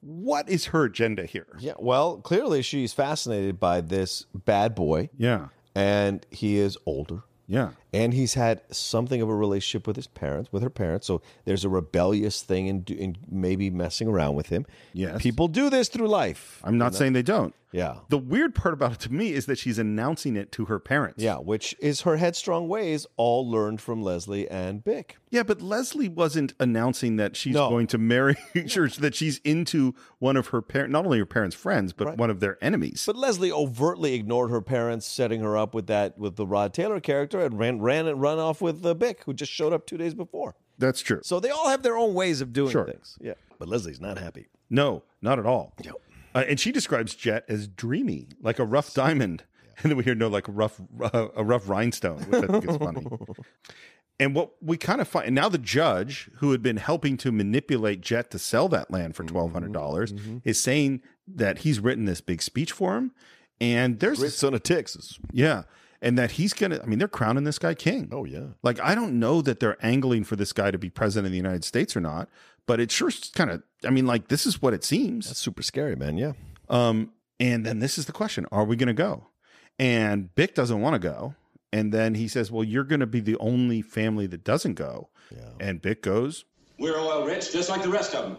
S1: What is her agenda here?
S5: Hmm. Yeah, well, clearly she's fascinated by this bad boy,
S1: Yeah,
S5: and he is older,
S1: yeah,
S5: and he's had something of a relationship with his parents, with her parents. So there's a rebellious thing in, in maybe messing around with him.
S1: Yes.
S5: People do this through life.
S1: I'm not saying they don't.
S5: yeah.
S1: The weird part about it to me is that she's announcing it to her parents.
S5: Yeah, which is her headstrong ways, all learned from Leslie and Bick.
S1: yeah, but Leslie wasn't announcing that she's
S5: No.
S1: going to marry, or that she's into one of her parent, not only her parents' friends, but
S5: Right.
S1: one of their enemies.
S5: But Leslie overtly ignored her parents, setting her up with that with the Rod Taylor character, and ran ran and run off with uh, Bick, who just showed up two days before.
S1: That's true.
S5: So they all have their own ways of doing
S1: Sure.
S5: things. Yeah, but Leslie's not happy.
S1: No, not at all. Uh, and she describes Jet as dreamy, like a rough diamond. And then we hear no, like rough, uh, a rough rhinestone, which I think is funny. And what we kind of find now, the judge who had been helping to manipulate Jet to sell that land
S5: Mm-hmm.
S1: for twelve hundred dollars is saying that he's written this big speech for him, and there's this-
S5: son of Texas.
S1: yeah, and that he's gonna. I mean, they're crowning this guy king.
S5: Oh yeah,
S1: Like, I don't know that they're angling for this guy to be president of the United States or not, but it sure kind of, I mean, like, this is what it seems.
S5: that's super scary, man. Yeah,
S1: Um, and then this is the question Are we going to go? And Bick doesn't want to go. And then he says, Well, you're going to be the only family that doesn't go. And Bick goes,
S3: We're oil rich, just like the rest of them.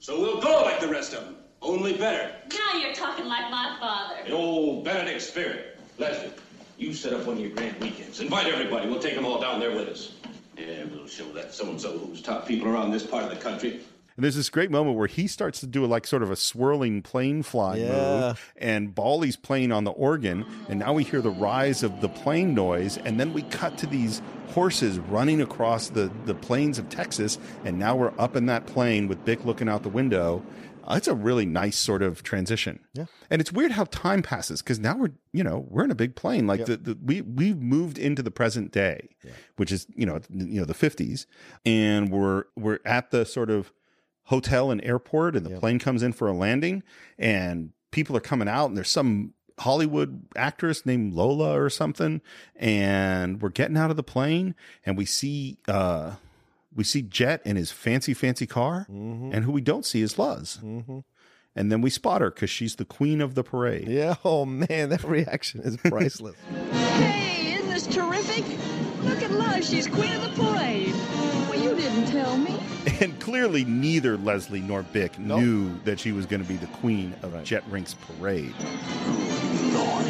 S3: So we'll go like the rest of them, only better.
S9: Now you're talking like my
S3: The
S9: father.
S3: old Benedict spirit. Leslie, you set up one of your grand weekends. Invite everybody. We'll take them all down there with us. Yeah, we'll show that so-and-so who's top people around this part of the country.
S1: and there's this great moment where he starts to do like sort of a swirling plane fly
S5: Yeah.
S1: move, and Bally's playing on the organ, and now we hear the rise of the plane noise, and then we cut to these horses running across the the plains of Texas, and now we're up in that plane with Bick looking out the window. Uh, It's a really nice sort of transition,
S5: Yeah.
S1: And it's weird how time passes because now we're you know we're in a big plane like the, the we we've moved into the present day, which is you know you know the fifties, and we're we're at the sort of hotel and airport, and the
S10: Yep.
S1: plane comes in for a landing, and people are coming out, and there's some Hollywood actress named Lola or something, and we're getting out of the plane, and we see uh, we see Jet in his fancy fancy car,
S10: Mm-hmm.
S1: and who we don't see is Luz, and then we spot her because she's the queen of the parade.
S10: Yeah. Oh man, that reaction is priceless.
S9: Hey, isn't this terrific? Look at Love, she's queen of the parade. Well, you didn't tell me.
S1: And clearly, neither Leslie nor Bick
S10: Nope.
S1: knew that she was going to be the queen of
S10: Right.
S1: Jet Rink's parade.
S4: Lord.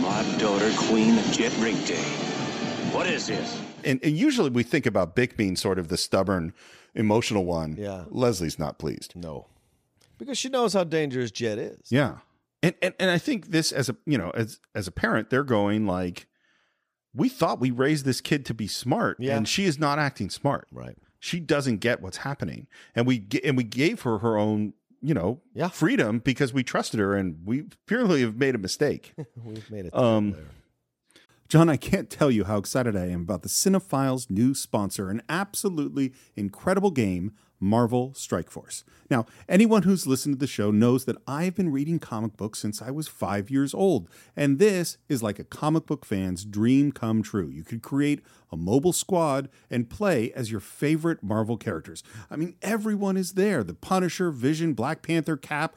S4: My daughter, queen of Jet Rink Day. What is this?
S1: And, and usually, we think about Bick being sort of the stubborn, emotional one.
S10: Yeah.
S1: Leslie's not pleased.
S10: no, because she knows how dangerous Jet is.
S1: Yeah, and and and I think this as a you know as as a parent, they're going like, we thought we raised this kid to be smart,
S10: Yeah.
S1: and she is not acting smart.
S10: Right.
S1: She doesn't get what's happening, and we g- and we gave her her own you know
S10: Yeah.
S1: freedom because we trusted her, and we purely have made a mistake.
S10: We've made it.
S1: Um,
S11: John, I can't tell you how excited I am about the Cinephiles' new sponsor, an absolutely incredible game, Marvel Strike Force. Now, anyone who's listened to the show knows that I've been reading comic books since I was five years old, and this is like a comic book fan's dream come true. You could create a mobile squad and play as your favorite Marvel characters. I mean, everyone is there the Punisher, Vision, Black Panther, Cap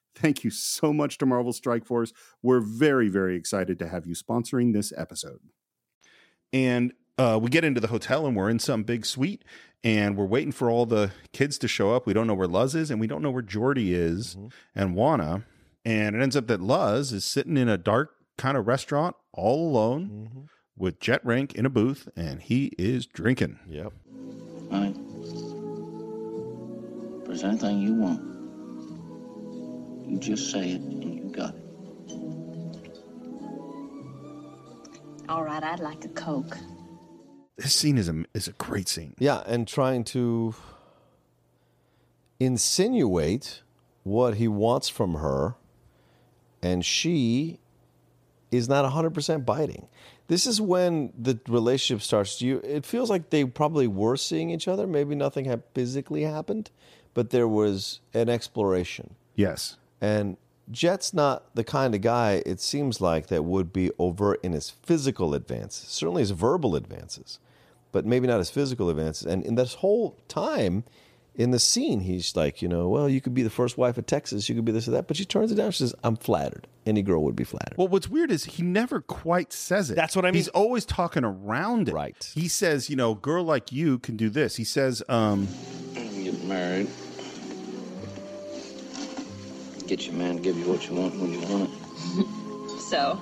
S11: thank you so much to Marvel Strike Force. We're very, very excited to have you sponsoring this episode.
S1: and uh, we get into the hotel and we're in some big suite and we're waiting for all the kids to show up. We don't know where Luz is and we don't know where Jordy is and Juana. And it ends up that Luz is sitting in a dark kind of restaurant all alone with Jet Rank in a booth and he is drinking.
S10: Yep.
S4: Honey, if there's anything you want, you just say it and you got it.
S7: All right, I'd like a Coke.
S1: This scene is a, is a great scene.
S10: Yeah, and trying to insinuate what he wants from her, and she is not 100% biting. This is when the relationship starts. You, it feels like they probably were seeing each other. Maybe nothing had physically happened, but there was an exploration.
S1: Yes.
S10: And Jet's not the kind of guy, it seems like, that would be overt in his physical advances, certainly his verbal advances, but maybe not his physical advances. And in this whole time in the scene, he's like, you know, well, you could be the first wife of Texas, you could be this or that. But she turns it down. She says, I'm flattered. Any girl would be flattered.
S1: Well, what's weird is he never quite says it.
S10: That's what I mean.
S1: He's always talking around it.
S10: Right.
S1: He says, you know, girl like you can do this. He says, um,
S3: Get married.
S4: Get your man to give you what you want when you want it.
S9: So,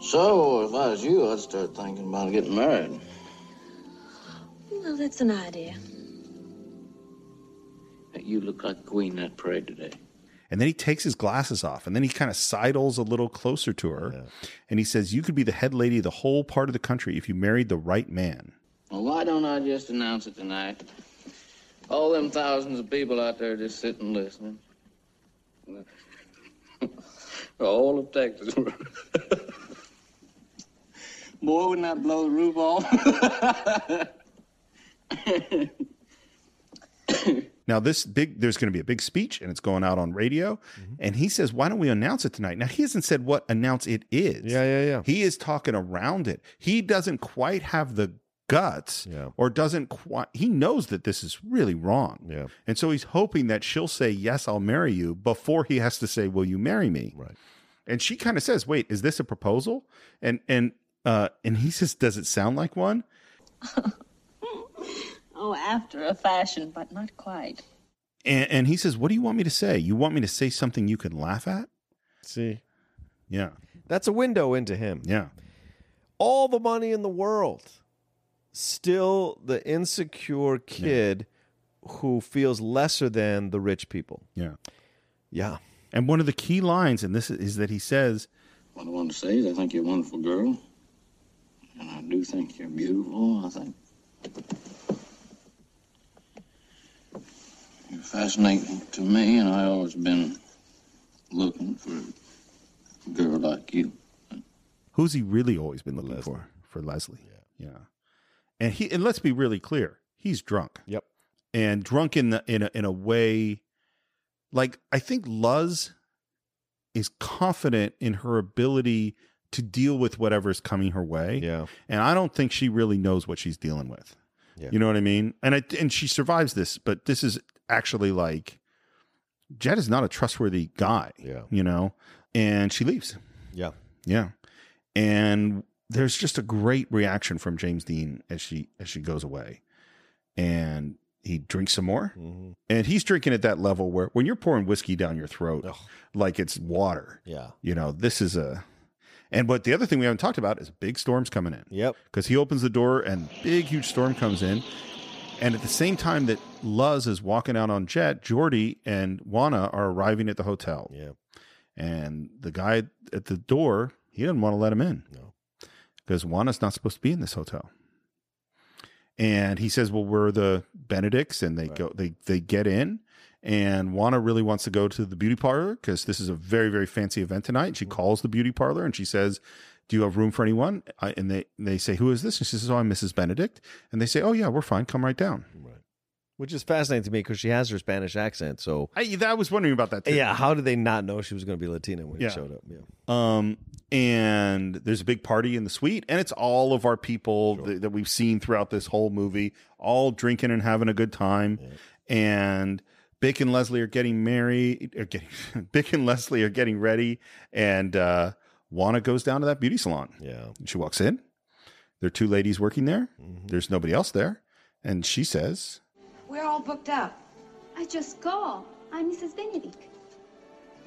S3: So, if I was you, I'd start thinking about getting married.
S7: Well, that's an idea.
S4: You look like queen that parade today.
S1: And then he takes his glasses off and then he kind of sidles a little closer to her and he says, You could be the head lady of the whole part of the country if you married the right man.
S3: Well, why don't I just announce it tonight? All them thousands of people out there just sitting listening. All of Texas. Boy, wouldn't that blow the roof off?
S1: Now, this big, there's going to be a big speech and it's going out on radio.
S10: Mm-hmm.
S1: And he says, Why don't we announce it tonight? Now, he hasn't said what announce it is.
S10: Yeah, yeah, yeah.
S1: He is talking around it. He doesn't quite have the guts
S10: Yeah.
S1: or doesn't quite he knows that this is really wrong
S10: Yeah.
S1: and so he's hoping that she'll say yes i'll marry you before he has to say will you marry me
S10: Right.
S1: and she kind of says wait is this a proposal and and uh and he says does it sound like one
S9: Oh, after a fashion, but not quite.
S1: and, and he says what do you want me to say you want me to say something you can laugh at
S10: See,
S1: yeah
S10: that's a window into him.
S1: yeah
S10: all the money in the world. Still the insecure kid who feels lesser than the rich people.
S1: yeah
S10: Yeah.
S1: and one of the key lines in this is that he says
S3: What I want to say is I think you're a wonderful girl. And I do think you're beautiful. I think you're fascinating to me, and I always been looking for a girl like you.
S1: Who's he really always been looking for? For Leslie. Yeah. And he and let's be really clear, he's drunk.
S10: Yep.
S1: And drunk in the in a in a way like I think Luz is confident in her ability to deal with whatever is coming her way.
S10: Yeah.
S1: And I don't think she really knows what she's dealing with.
S10: Yeah.
S1: You know what I mean? And I, and she survives this, but this is actually like Jed is not a trustworthy guy.
S10: Yeah.
S1: You know? And she leaves.
S10: Yeah.
S1: Yeah. And there's just a great reaction from James Dean as she as she goes away. And he drinks some more.
S10: Mhm.
S1: And he's drinking at that level where when you're pouring whiskey down your throat
S10: Ugh.
S1: like it's water.
S10: Yeah.
S1: You know, this is a and but the other thing we haven't talked about is big storms coming in.
S10: Yep.
S1: Because he opens the door and big huge storm comes in. And at the same time that Luz is walking out on jet, Jordy and Juana are arriving at the hotel
S10: Yeah.
S1: and the guy at the door he didn't want to let him in
S10: No.
S1: because juana's not supposed to be in this hotel and he says well we're the benedicts and they
S10: Right.
S1: go they they get in and juana really wants to go to the beauty parlor because this is a very very fancy event tonight
S10: Mm-hmm.
S1: she calls the beauty parlor and she says do you have room for anyone I, and they they say who is this and she says oh i'm mrs benedict and they say oh yeah we're fine come right down
S10: Right. Which is fascinating to me because she has her Spanish accent. So,
S1: i, I was wondering about that too.
S10: yeah, how did they not know she was going to be Latina when
S1: Yeah.
S10: she showed up? Yeah.
S1: Um, and there's a big party in the suite, and it's all of our people th- that we've seen throughout this whole movie, all drinking and having a good time. And Bick and Leslie are getting married. Or getting, Bick and Leslie are getting ready, and uh, Juana goes down to that beauty salon.
S10: Yeah.
S1: She walks in. There are two ladies working there.
S10: Mm-hmm.
S1: There's nobody else there, and she says,
S12: We're all booked up.
S7: I just call. I'm Mrs. Benedict.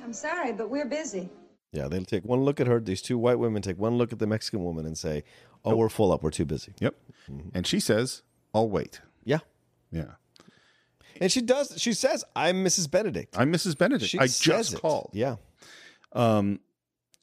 S12: I'm sorry, but we're busy.
S10: Yeah. They'll take one look at her. These two white women take one look at the Mexican woman and say, oh, we're full up. We're too busy.
S1: "Yep,"
S10: Mm-hmm.
S1: and she says, "I'll wait."
S10: Yeah.
S1: Yeah,
S10: And she does. She says, I'm Mrs. Benedict.
S1: I'm Mrs. Benedict.
S10: She
S1: I
S10: says
S1: just
S10: it.
S1: called.
S10: Yeah.
S1: Um,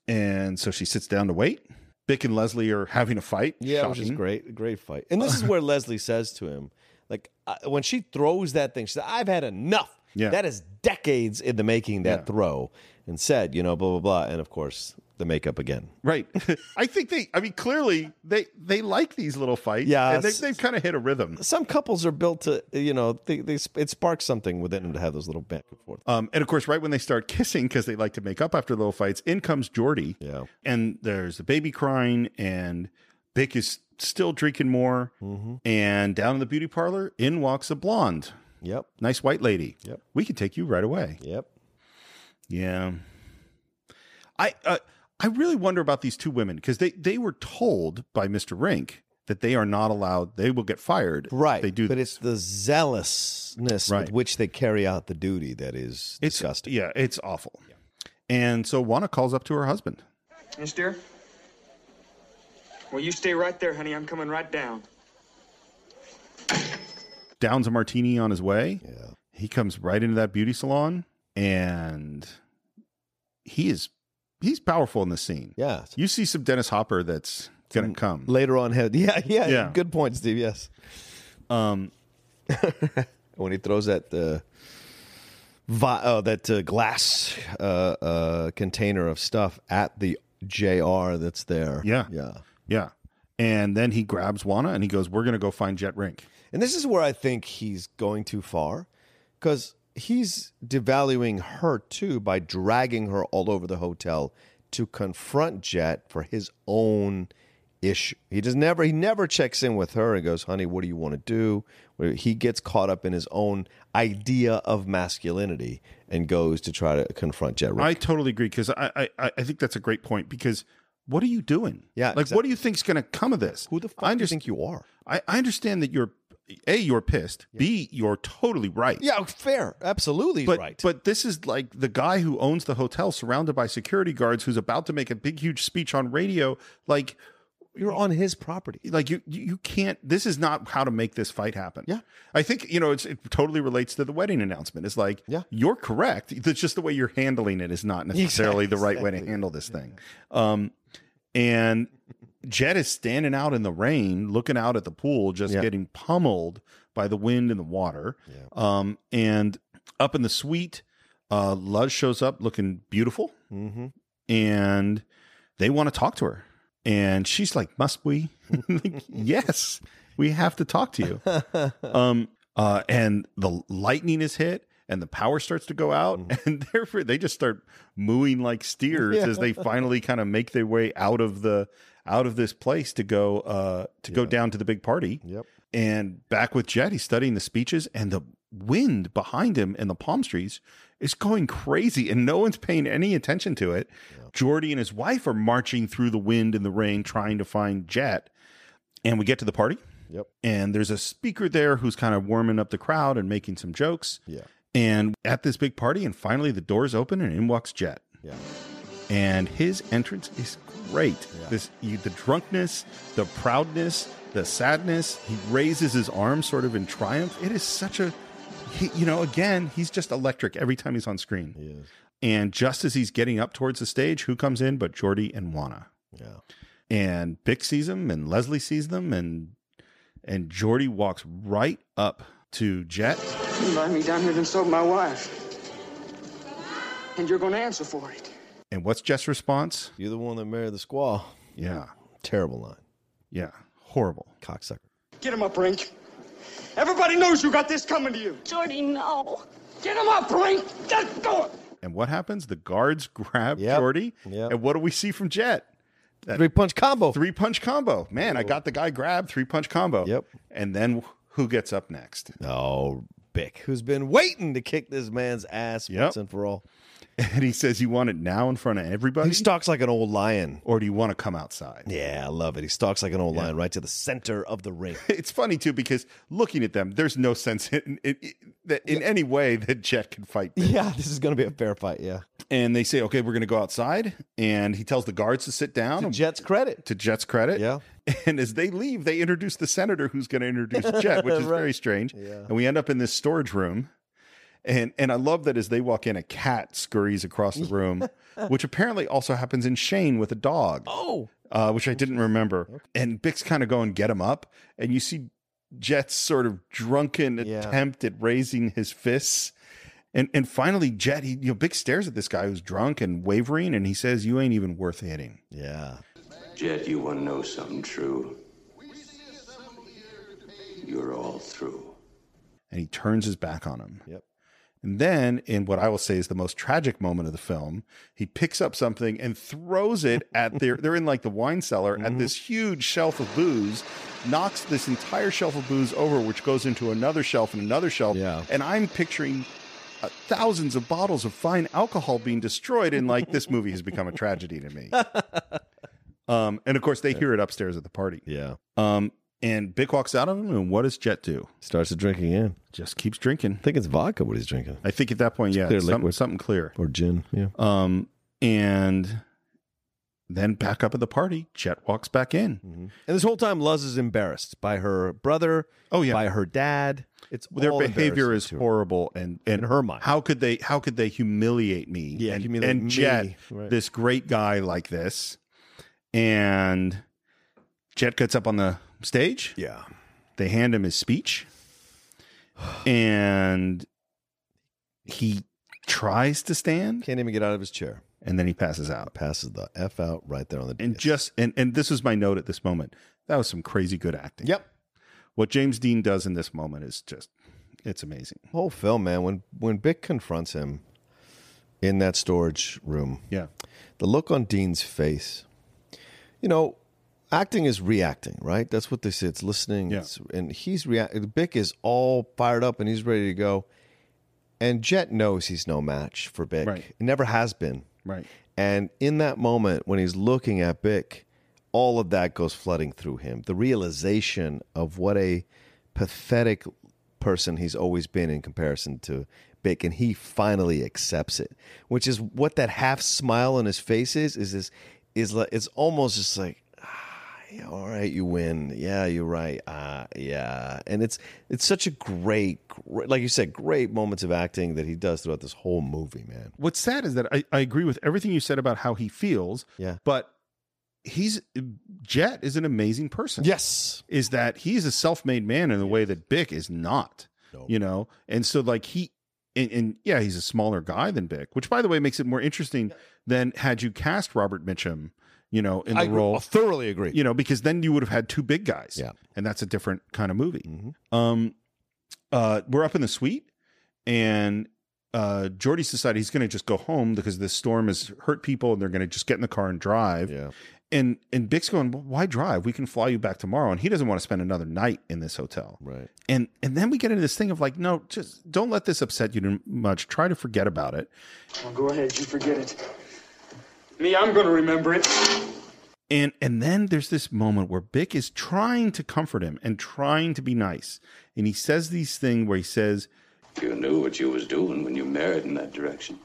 S1: and so she sits down to wait. Bick and Leslie are having a fight.
S10: Yeah, which is
S1: Shocking.
S10: great, great fight. And this is where Leslie says to him, like uh, when she throws that thing, she said, "I've had enough."
S1: Yeah.
S10: that is decades in the making. That
S1: Yeah.
S10: throw, and said, you know, blah blah blah, and of course the makeup again.
S1: Right. I think they. I mean, clearly they they like these little fights.
S10: Yeah,
S1: and they,
S10: it's-
S1: they've kind of hit a rhythm.
S10: Some couples are built to, you know, they, they sp- it sparks something within them to have those little back and forth.
S1: Um, and of course, right when they start kissing, because they like to make up after little fights, in comes Jordy.
S10: Yeah.
S1: And there's the baby crying, and Bick is still drinking more.
S10: Mm-hmm.
S1: And down in the beauty parlor, in walks a blonde,
S10: Yep,
S1: nice white lady.
S10: Yep.
S1: We can take you right away.
S10: yep.
S1: Yeah. I uh, I really wonder about these two women because they they were told by Mr. Rink that they are not allowed. They will get fired. if
S10: Right,
S1: They do.
S10: but
S1: this.
S10: it's the zealousness
S1: Right.
S10: with which they carry out the duty that is
S1: it's
S10: disgusting.
S1: Yeah, it's awful. And so Juana calls up to her husband.
S6: Miss dear? Well, you stay right there, honey. I'm coming right down.
S1: Downs a martini on his way.
S10: Yeah,
S1: He comes right into that beauty salon, and he is he's powerful in this scene.
S10: yeah.
S1: You see some Dennis Hopper that's gonna come.
S10: Later on, head. Yeah, yeah,
S1: Yeah.
S10: yeah. Good point, Steve. Yes.
S1: Um,
S10: when he throws that uh, vi- oh, that uh, glass uh, uh, container of stuff at the JR that's there.
S1: Yeah.
S10: yeah.
S1: yeah. And then he grabs Juana and he goes, "We're gonna go find Jet Rink."
S10: And this is where I think he's going too far because he's devaluing her too by dragging her all over the hotel to confront Jet for his own ish. He just never he never checks in with her and goes, "Honey, what do you want to do?" Where He gets caught up in his own idea of masculinity and goes to try to confront Jet. Rick.
S1: I totally agree because I, I- I I think that's a great point because what are you doing?
S10: Yeah,
S1: like what do you think's going to come of this? Who the fuck I
S10: do you think you are?
S1: I, I understand that you're a you're pissed. B you're totally right.
S10: Yeah, fair, absolutely
S1: but,
S10: right.
S1: But this is like the guy who owns the hotel, surrounded by security guards, who's about to make a big, huge speech on radio. Like
S10: you're on his property.
S1: Like you, you you can't. This is not how to make this fight happen.
S10: Yeah.
S1: I think you know it's, it totally relates to the wedding announcement. It's like,
S10: Yeah.
S1: you're correct. It's just the way you're handling it is not necessarily the right way to handle this thing. Um, and Jed is standing out in the rain, looking out at the pool, just
S10: Yeah.
S1: getting pummeled by the wind and the water. Um, and up in the suite, uh, Luz shows up looking beautiful,
S10: Mm-hmm.
S1: and they want to talk to her. And she's like, "Must we?" Like, yes, we have to talk to you um uh and the lightning is hit and the power starts to go out and therefore they just start mooing like steers
S10: Yeah.
S1: as they finally kind of make their way out of the out of this place to go uh to go down to the big party
S10: Yep.
S1: and back with Jet, he's studying the speeches, and the wind behind him and the palm trees is going crazy, and no one's paying any attention to it. Jordy and his wife are marching through the wind and the rain, trying to find Jet. And we get to the party.
S10: Yep.
S1: And there's a speaker there who's kind of warming up the crowd and making some jokes.
S10: Yeah.
S1: And at this big party, and finally the doors open, and in walks Jet
S10: Yeah.
S1: and his entrance is great. This you, the drunkenness, the proudness, the sadness. He raises his arm sort of in triumph. It is such a, he, you know, again he's just electric every time he's on screen.
S10: He is.
S1: And just as he's getting up towards the stage, who comes in but Jordy and Juana?
S10: Yeah.
S1: And Bick sees him, and Leslie sees them, and and Jordy walks right up to Jet.
S6: You invited me down here to insult my wife. And you're gonna answer for it.
S1: And what's Jet's response?
S10: You're the one that married the squaw.
S1: Yeah,
S10: Terrible line.
S1: yeah, horrible.
S10: Cocksucker.
S6: Get him up, Brink. Everybody knows you got this coming to you.
S7: Jordy, no.
S6: Get him up, Brink. Just do it.
S1: And what happens? The guards grab
S10: Yep.
S1: Jordy.
S10: Yep.
S1: And what do we see from Jet? That
S10: Three punch combo.
S1: three punch combo. Man, I got the guy grabbed, three punch combo.
S10: Yep.
S1: And then who gets up next?
S10: No, Bick, who's been waiting to kick this man's ass
S1: Yep.
S10: once and for all.
S1: And he says, You want it now in front of everybody?
S10: He stalks like an old lion.
S1: or do you want to come outside?
S10: Yeah, I love it. He stalks like an old lion right to the center of the ring.
S1: It's funny too because looking at them, there's no sense in, in, in, that in any way that Jet can fight. This.
S10: yeah, this is going to be a fair fight. Yeah.
S1: And they say, okay, we're going to go outside. And he tells the guards to sit down.
S10: To
S1: and-
S10: Jet's credit.
S1: to Jet's credit.
S10: Yeah.
S1: And as they leave, they introduce the senator who's going to introduce Jet, which is very strange.
S10: Yeah.
S1: And we end up in this storage room. And and I love that as they walk in, a cat scurries across the room, which apparently also happens in Shane with a dog,
S10: Oh.
S1: uh, which I didn't remember. And Bick's kind of going, get him up. And you see Jet's sort of drunken
S10: Yeah.
S1: attempt at raising his fists. And and finally, Jet, he, you know, Bick stares at this guy who's drunk and wavering, and he says, You ain't even worth hitting.
S10: Yeah.
S3: Jet, you want to know something true? You're all through.
S1: and he turns his back on him.
S10: Yep.
S1: And then, in what I will say is the most tragic moment of the film, he picks up something and throws it at their. They're in like the wine cellar
S10: Mm-hmm.
S1: at this huge shelf of booze, knocks this entire shelf of booze over, which goes into another shelf and another shelf.
S10: Yeah.
S1: And I'm picturing uh, thousands of bottles of fine alcohol being destroyed, and like this movie has become a tragedy to me. um, and of course, they hear it upstairs at the party.
S10: Yeah.
S1: Um, and Bick walks out of him, and what does Jet do?
S10: Starts to drink again.
S1: Just keeps drinking.
S10: I think it's vodka what he's drinking
S1: I think at that point, yeah,
S10: clear
S1: it's something,
S10: liquid.
S1: something clear.
S10: or gin. Yeah.
S1: Um, and then back up at the party, Jet walks back in.
S10: And this whole time, Luz is embarrassed by her brother.
S1: Oh, yeah.
S10: By her dad. It's
S1: Their
S10: all
S1: behavior
S10: embarrassing
S1: is
S10: to her.
S1: horrible, and and
S10: In her mind.
S1: how could they how could they humiliate me?
S10: Yeah,
S1: and,
S10: humiliate
S1: and
S10: me.
S1: Jet,
S10: Right.
S1: this great guy like this, and Jet gets up on the stage.
S10: Yeah.
S1: They hand him his speech, and he tries to stand,
S10: Can't even get out of his chair.
S1: and then he passes out.
S10: Passes the F out right there on the
S1: and
S10: dais.
S1: just and and this is my note at this moment that was some crazy good acting
S10: Yep.
S1: what james dean does in this moment is just it's amazing
S10: whole film, man. When when Bick confronts him in that storage room,
S1: yeah
S10: the look on Dean's face, you know, acting is reacting, right? That's what they say. It's listening.
S1: Yeah.
S10: It's, and he's reacting. Bick is all fired up and he's ready to go. And Jet knows he's no match for Bick.
S1: Right.
S10: Never has been.
S1: Right.
S10: And in that moment, when he's looking at Bick, all of that goes flooding through him. The realization of what a pathetic person he's always been in comparison to Bick, and he finally accepts it, which is what that half smile on his face is. Is this is like it's almost just like. "Ah, yeah, All right, you win. Yeah, you're right. Uh, yeah, and it's it's such a great, great, like you said, great moments of acting that he does throughout this whole movie, man.
S1: What's sad is that I, I agree with everything you said about how he feels.
S10: Yeah.
S1: But he's Jet is an amazing person.
S10: Yes.
S1: Is that he's a self made man in the way that Bick is not. You know? And so like he and, and yeah, he's a smaller guy than Bick, which by the way makes it more interesting than had you cast Robert Mitchum, you know, in the
S10: I agree.
S1: role.
S10: I thoroughly agree.
S1: You know, because then you would have had two big guys.
S10: Yeah.
S1: And that's a different kind of movie.
S10: Mm-hmm.
S1: Um uh we're up in the suite and uh Jordy decided he's gonna just go home because this storm has hurt people and they're gonna just get in the car and drive.
S10: Yeah.
S1: And and Bick's going, well, why drive? We can fly you back tomorrow. And he doesn't want to spend another night in this hotel.
S10: Right.
S1: And and then we get into this thing of like, no, just don't let this upset you too much. Try to forget about it.
S6: Well, go ahead, you forget it. Me, I'm gonna remember it.
S1: And and then there's this moment where Bick is trying to comfort him and trying to be nice. And he says these things where he says,
S4: You knew what you was doing when you married in that direction.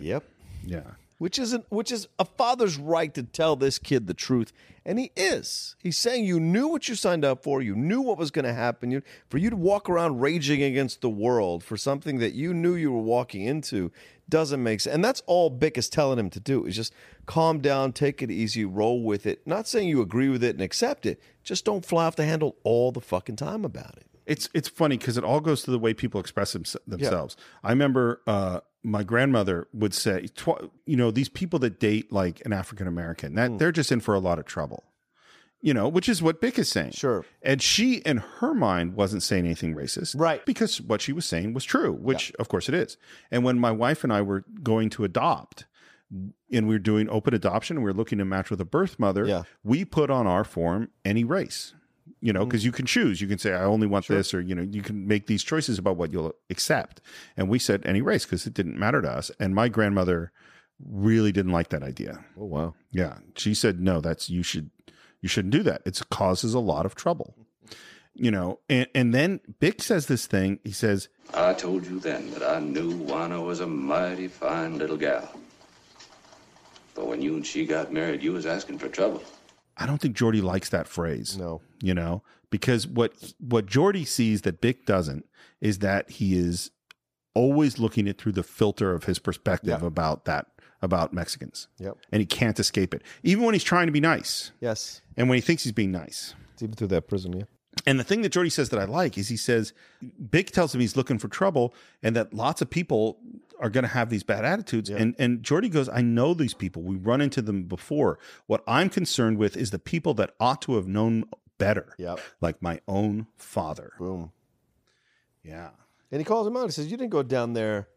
S10: Yep.
S1: Yeah.
S10: Which isn't which is a father's right to tell this kid the truth. And he is. He's saying you knew what you signed up for, you knew what was gonna happen. You for you to walk around raging against the world for something that you knew you were walking into doesn't make sense. And that's all Bick is telling him to do is just calm down, take it easy, roll with it. Not saying you agree with it and accept it. Just don't fly off the handle all the fucking time about it.
S1: It's it's funny because it all goes to the way people express thems- themselves. I remember uh, my grandmother would say, tw- you know, these people that date like an African American,
S10: Mm.
S1: that they're just in for a lot of trouble. You know, which is what Bick is saying.
S10: Sure.
S1: And she, in her mind, wasn't saying anything racist.
S10: Right.
S1: Because what she was saying was true, which of course it is. And when my wife and I were going to adopt, and we were doing open adoption, we were looking to match with a birth mother,
S10: Yeah.
S1: we put on our form any race, you
S10: Mm.
S1: know, because you can choose. You can say, I only want this, or, you know, you can make these choices about what you'll accept. And we said any race because it didn't matter to us. And my grandmother really didn't like that idea.
S10: Oh wow.
S1: Yeah. She said, no, that's, you should, you shouldn't do that. It causes a lot of trouble, you know. And, and then Bick says this thing. He says,
S4: I told you then that I knew Juana was a mighty fine little gal. But when you and she got married, you was asking for trouble.
S1: I don't think Jordy likes that phrase.
S10: No.
S1: you know because what what Jordy sees that Bick doesn't is that he is always looking it through the filter of his perspective
S10: Yeah.
S1: about that about Mexicans
S10: Yep.
S1: and he can't escape it even when he's trying to be nice
S10: Yes.
S1: and when he thinks he's being nice
S10: It's even through that prison, yeah.
S1: and the thing that Jordy says that I like is he says Bick tells him he's looking for trouble and that lots of people are going to have these bad attitudes and and Jordy goes I know these people we run into them before what I'm concerned with is the people that ought to have known better
S10: Yep.
S1: like my own father
S10: Boom.
S1: Yeah.
S10: And he calls him out. He says, "You didn't go down there."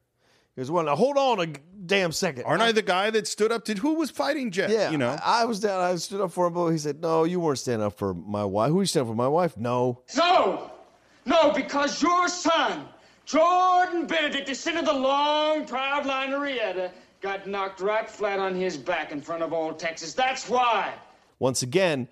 S10: He goes, "Well, now hold on a g- damn second.
S1: Aren't I the guy that stood up to who was fighting Jet?
S10: Yeah,
S1: You know,
S10: I, I was down. I stood up for him, but he said, "No, you weren't standing up for my wife. Who you stand up for? My wife? No.
S6: No! No, because your son, Jordan Benedict, the son of the long, proud line of Rieta, got knocked right flat on his back in front of all Texas. That's why.
S10: Once again,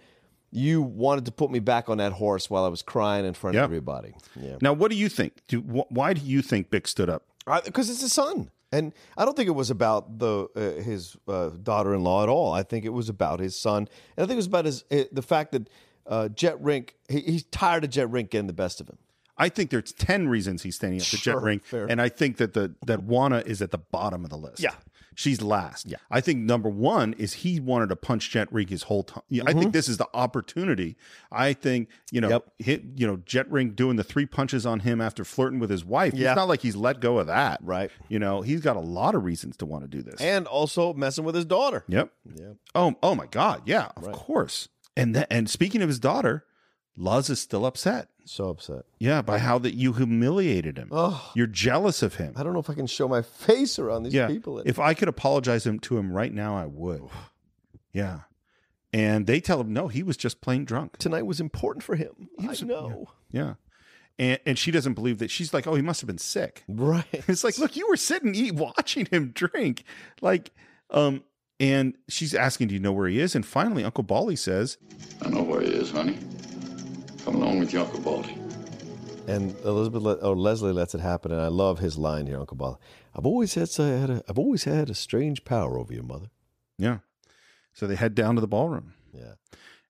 S10: you wanted to put me back on that horse while I was crying in front
S1: Yep.
S10: of everybody. Yeah,
S1: now what do you think? Do, wh- why do you think Bick stood up?
S10: because it's his son, and I don't think it was about the uh, his uh, daughter-in-law at all. I think it was about his son, and I think it was about his uh, the fact that uh, Jet Rink. He, he's tired of Jet Rink getting the best of him.
S1: I think there's ten reasons he's standing up to
S10: Sure,
S1: Jet Ring,
S10: fair.
S1: and I think that the that Juana is at the bottom of the list.
S10: Yeah.
S1: she's last. Yeah, I think number one is he wanted to punch Jet Ring his whole time. I think this is the opportunity. I think you know,
S10: Mm-hmm. Yep.
S1: hit you know Jet Ring doing the three punches on him after flirting with his wife.
S10: Yeah.
S1: It's not like he's let go of that,
S10: Right.
S1: You know, he's got a lot of reasons to want to do this.
S10: and also messing with his daughter.
S1: Yep.
S10: Yeah.
S1: Oh, oh my God. Yeah, of
S10: Right.
S1: course. And th- and speaking of his daughter, Luz is still upset.
S10: So upset.
S1: Yeah, by how that you humiliated him.
S10: Oh.
S1: You're jealous of him.
S10: I don't know if I can show my face around these
S1: Yeah.
S10: people.
S1: If I could apologize him to him right now, I would. Yeah. And they tell him, no, he was just plain drunk.
S10: Tonight was important for him. I know.
S1: Yeah. And, and she doesn't believe that. She's like, oh, he must have been sick.
S10: Right.
S1: It's like, look, you were sitting eat, watching him drink. Like, um, and she's asking, do you know where he is? And finally, Uncle Bali says,
S4: I know where he is, honey. Come along with your Uncle Baldy.
S10: And Elizabeth let, or Leslie lets it happen, and I love his line here, Uncle Bob. I've always had, so- had a, I've always had a strange power over your mother.
S1: yeah. So they head down to the ballroom.
S10: Yeah.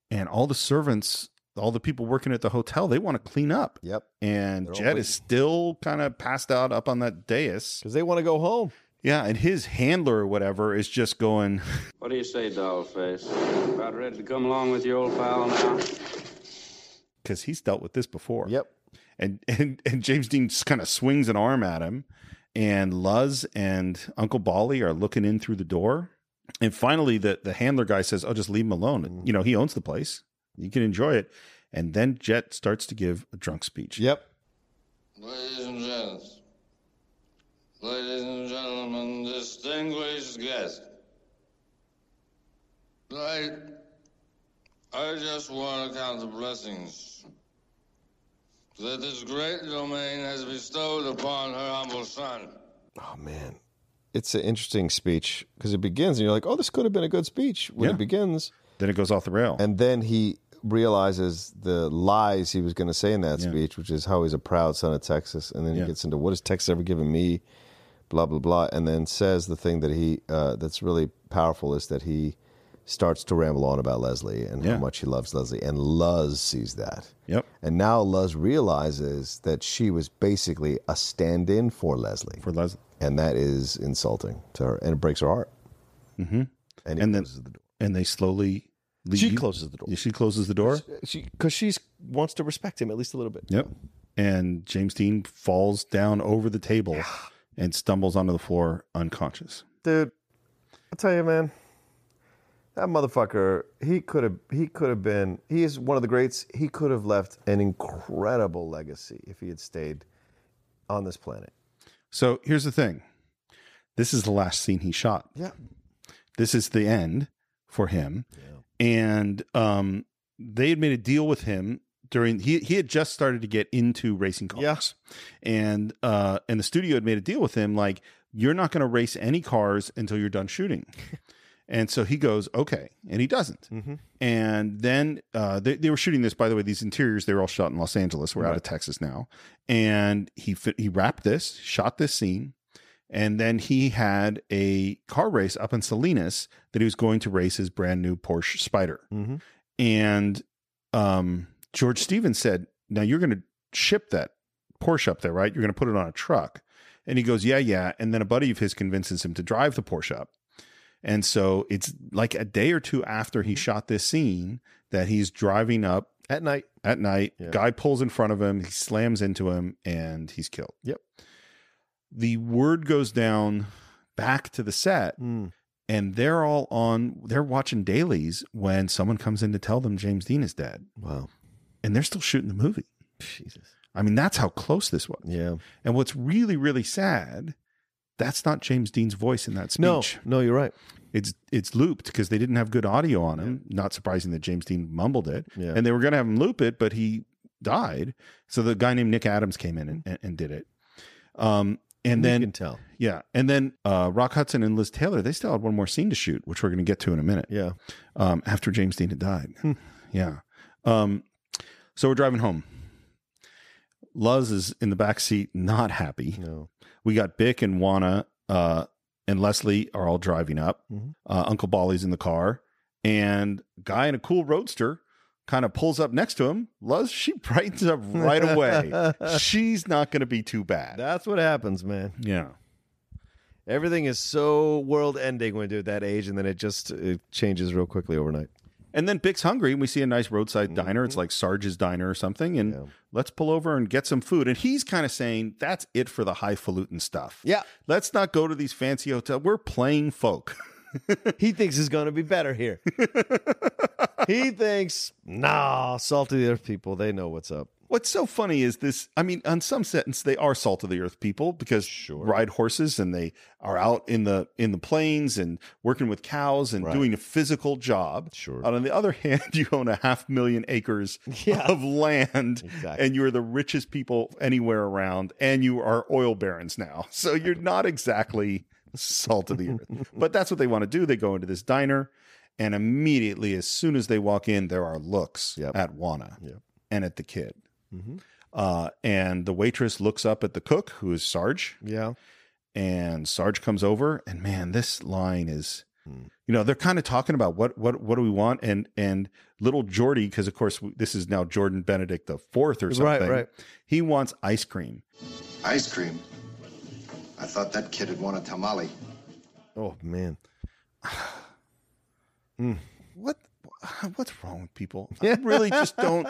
S1: and all the servants, all the people working at the hotel, they want to clean up.
S10: Yep.
S1: And
S10: They're all
S1: Jed is still kind of passed out up on that dais.
S10: Because they want to go home.
S1: Yeah, and his handler or whatever is just going,
S13: What do you say, dollface? About ready to come along with your old pal now?
S1: because he's dealt with this before.
S10: Yep.
S1: And and and James Dean kind of swings an arm at him, and Luz and Uncle Bali are looking in through the door, and finally the the handler guy says, "Oh, just leave him alone.
S10: Mm-hmm.
S1: You know he owns the place. You can enjoy it." And then Jet starts to give a drunk speech.
S10: Yep.
S14: Ladies and gents, ladies and gentlemen, distinguished guests, I, I just want to count the blessings that this great domain has bestowed upon her humble son.
S10: Oh man, it's an interesting speech because it begins and you're like, oh, this could have been a good speech when
S1: Yeah.
S10: it begins,
S1: Then it goes off the rail.
S10: and then he realizes the lies he was going to say in that
S1: Yeah.
S10: speech, which is how he's a proud son of Texas, and then
S1: Yeah.
S10: he gets into what has Texas ever given me, blah blah blah, and then says the thing that he uh, that's really powerful is that he starts to ramble on about Leslie and
S1: Yeah.
S10: how much he loves Leslie, and Luz sees that.
S1: Yep.
S10: And now Luz realizes that she was basically a stand in for Leslie.
S1: For Leslie.
S10: And that is insulting to her. And it breaks her heart.
S1: Mm-hmm.
S10: And,
S1: And
S10: it
S1: then-
S10: closes the door.
S1: and they slowly leave.
S10: She closes the door.
S1: Yeah, She closes the door.
S10: She Because she wants to respect him at least a little bit.
S1: Yep. And James Dean falls down over the table and stumbles onto the floor unconscious.
S10: Dude, I'll tell you, man, that motherfucker, he could have he could have been he is one of the greats. He could have left an incredible legacy if he had stayed on this planet.
S1: So here's the thing. This is the last scene he shot.
S10: Yeah.
S1: This is the end for him. And um, they had made a deal with him during he he had just started to get into racing cars. And uh and the studio had made a deal with him like you're not going to race any cars until you're done shooting. and so he goes, "Okay." And he doesn't.
S10: Mhm.
S1: And then uh, they, they were shooting this, by the way, these interiors, they were all shot in Los Angeles. We're out of Texas now. And he fit, he wrapped this, shot this scene. And then he had a car race up in Salinas that he was going to race his brand new Porsche Spider.
S10: Mm-hmm.
S1: And um, George Stevens said, Now you're going to ship that Porsche up there, right? You're going to put it on a truck. And he goes, Yeah, yeah. And then a buddy of his convinces him to drive the Porsche up. And so it's like a day or two after he shot this scene that he's driving up
S10: At night.
S1: at night.
S10: Yeah.
S1: Guy pulls in front of him, he slams into him, and he's killed.
S10: Yep.
S1: The word goes down back to the set,
S10: Mm.
S1: and they're all on, they're watching dailies when someone comes in to tell them James Dean is dead,
S10: Wow.
S1: and they're still shooting the movie.
S10: Jesus.
S1: I mean, that's how close this was.
S10: Yeah.
S1: And what's really, really sad, that's not James Dean's voice in that speech.
S10: No, no, you're right.
S1: it's it's looped because they didn't have good audio on him. Not surprising that James Dean mumbled it,
S10: Yeah.
S1: and they were going to have him loop it, but he died. So the guy named Nick Adams came in and, and, and did it. Um, and
S10: You
S1: then
S10: can tell.
S1: yeah, and then uh, Rock Hudson and Liz Taylor they still had one more scene to shoot, which we're going to get to in a minute.
S10: Yeah.
S1: Um, after James Dean had died, yeah. Um, so we're driving home. Luz is in the back seat, not happy.
S10: No.
S1: We got Bick and Juana uh, and Leslie are all driving up.
S10: Mhm.
S1: Uh, Uncle Bolly's in the car, and guy in a cool roadster kind of pulls up next to him. Luz, she brightens up right away. She's not going to be too bad.
S10: That's what happens, man.
S1: yeah.
S10: Everything is so world ending when you're at that age, and then it just it changes real quickly overnight.
S1: And then Bick's hungry, and we see a nice roadside diner. It's like Sarge's Diner or something. And
S10: Mm-hmm. Yeah.
S1: let's pull over and get some food. And he's kind of saying, that's it for the highfalutin stuff.
S10: Yeah.
S1: Let's not go to these fancy hotels. We're plain folk.
S10: He thinks it's going to be better here. he thinks, nah, salt of the earth people, they know what's up.
S1: What's so funny is this. I mean, on some sense, they are salt of the earth people because ride horses and they are out in the in the plains and working with cows and
S10: Right.
S1: doing a physical job. Sure. And on the other hand, you own a half million acres of land, and you are the richest people anywhere around, and you are oil barons now. So you're not exactly salt of the earth. But that's what they want to do. They go into this diner, and immediately, as soon as they walk in, there are looks at Juana and at the kid.
S10: Mhm.
S1: Uh, and the waitress looks up at the cook, who is Sarge.
S10: Yeah.
S1: And Sarge comes over, and man, this line is, you know, they're kind of talking about what what what do we want, and and little Jordy, because of course this is now Jordan Benedict the fourth or
S2: Right,
S1: something.
S2: right.
S1: He wants ice cream.
S2: Ice cream? I thought that kid had won a tamale.
S10: Oh man.
S1: What what's wrong with people? I really just don't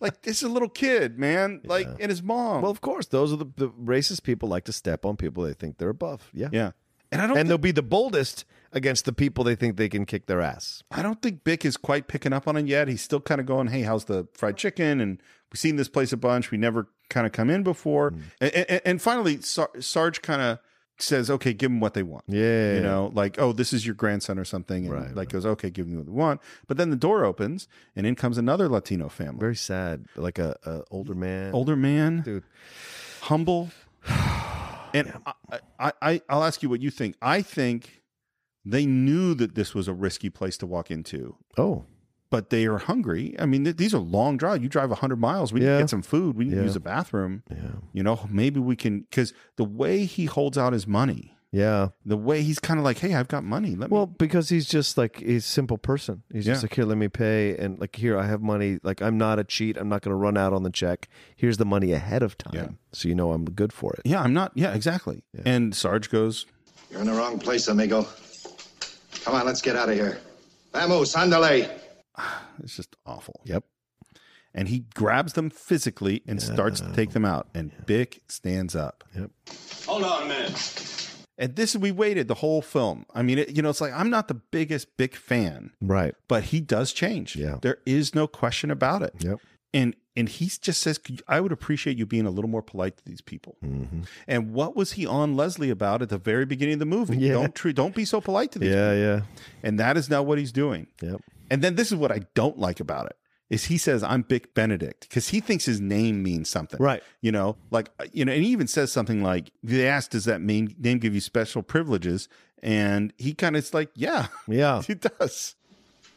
S1: like. This is a little kid, man. Like, and his mom.
S10: Well, of course, those are the, the racist people like to step on people they think they're above. Yeah,
S1: yeah. And I don't.
S10: And they'll be the boldest against the people they think they can kick their ass.
S1: I don't think Bick is quite picking up on it yet. He's still kind of going, "Hey, how's the fried chicken?" And we've seen this place a bunch. We never kind of come in before.
S10: Mm.
S1: And, and, and finally, Sar- Sarge kind of says, "Okay, give them what they want."
S10: Yeah,
S1: you know, like, "Oh, this is your grandson or something," and like goes, "Okay, give them what they want." But then the door opens, and in comes another Latino family.
S10: Very sad, like a, a older man.
S1: older man,
S10: dude,
S1: humble. And I, I, I, I'll ask you what you think. I think they knew that this was a risky place to walk into.
S10: Oh,
S1: but they are hungry. I mean, th- these are long drives. You drive hundred miles. We
S10: Yeah.
S1: can get some food. We can
S10: Yeah.
S1: use a bathroom.
S10: Yeah.
S1: You know, maybe we can because the way he holds out his money,
S10: Yeah.
S1: the way he's kind of like, "Hey, I've got money. Let me."
S10: Well, because he's just like he's a simple person. He's just
S1: Yeah.
S10: like here, let me pay, and like here, I have money. Like I'm not a cheat. I'm not going to run out on the check. Here's the money ahead of time, so you know I'm good for it.
S1: Yeah, I'm not. Yeah, exactly. And Sarge goes,
S2: You're in the wrong place, amigo. Come on, let's get out of here. Vamos, andale.
S1: "It's just awful."
S10: Yep.
S1: And he grabs them physically and starts to take them out. And Bick stands up.
S10: Yep.
S4: Hold on a minute.
S1: And this we waited the whole film. I mean, it, you know, it's like I'm not the biggest Bick fan,
S10: Right.
S1: but he does change.
S10: Yeah.
S1: There is no question about it.
S10: Yep.
S1: And and he just says, "Could you- I would appreciate you being a little more polite to these people.
S10: Mm-hmm.
S1: And what was he on Leslie about at the very beginning of the movie?
S10: Yeah.
S1: Don't tre- don't be so polite to these.
S10: Yeah, yeah.
S1: people. And that is now what he's doing.
S10: Yep.
S1: And then this is what I don't like about it is he says I'm Bick Benedict because he thinks his name means something,
S10: Right.
S1: You know, like uh, you know, and he even says something like they asked, "Does that mean name give you special privileges?" And he kind of is like, "Yeah,
S10: yeah,
S1: he does."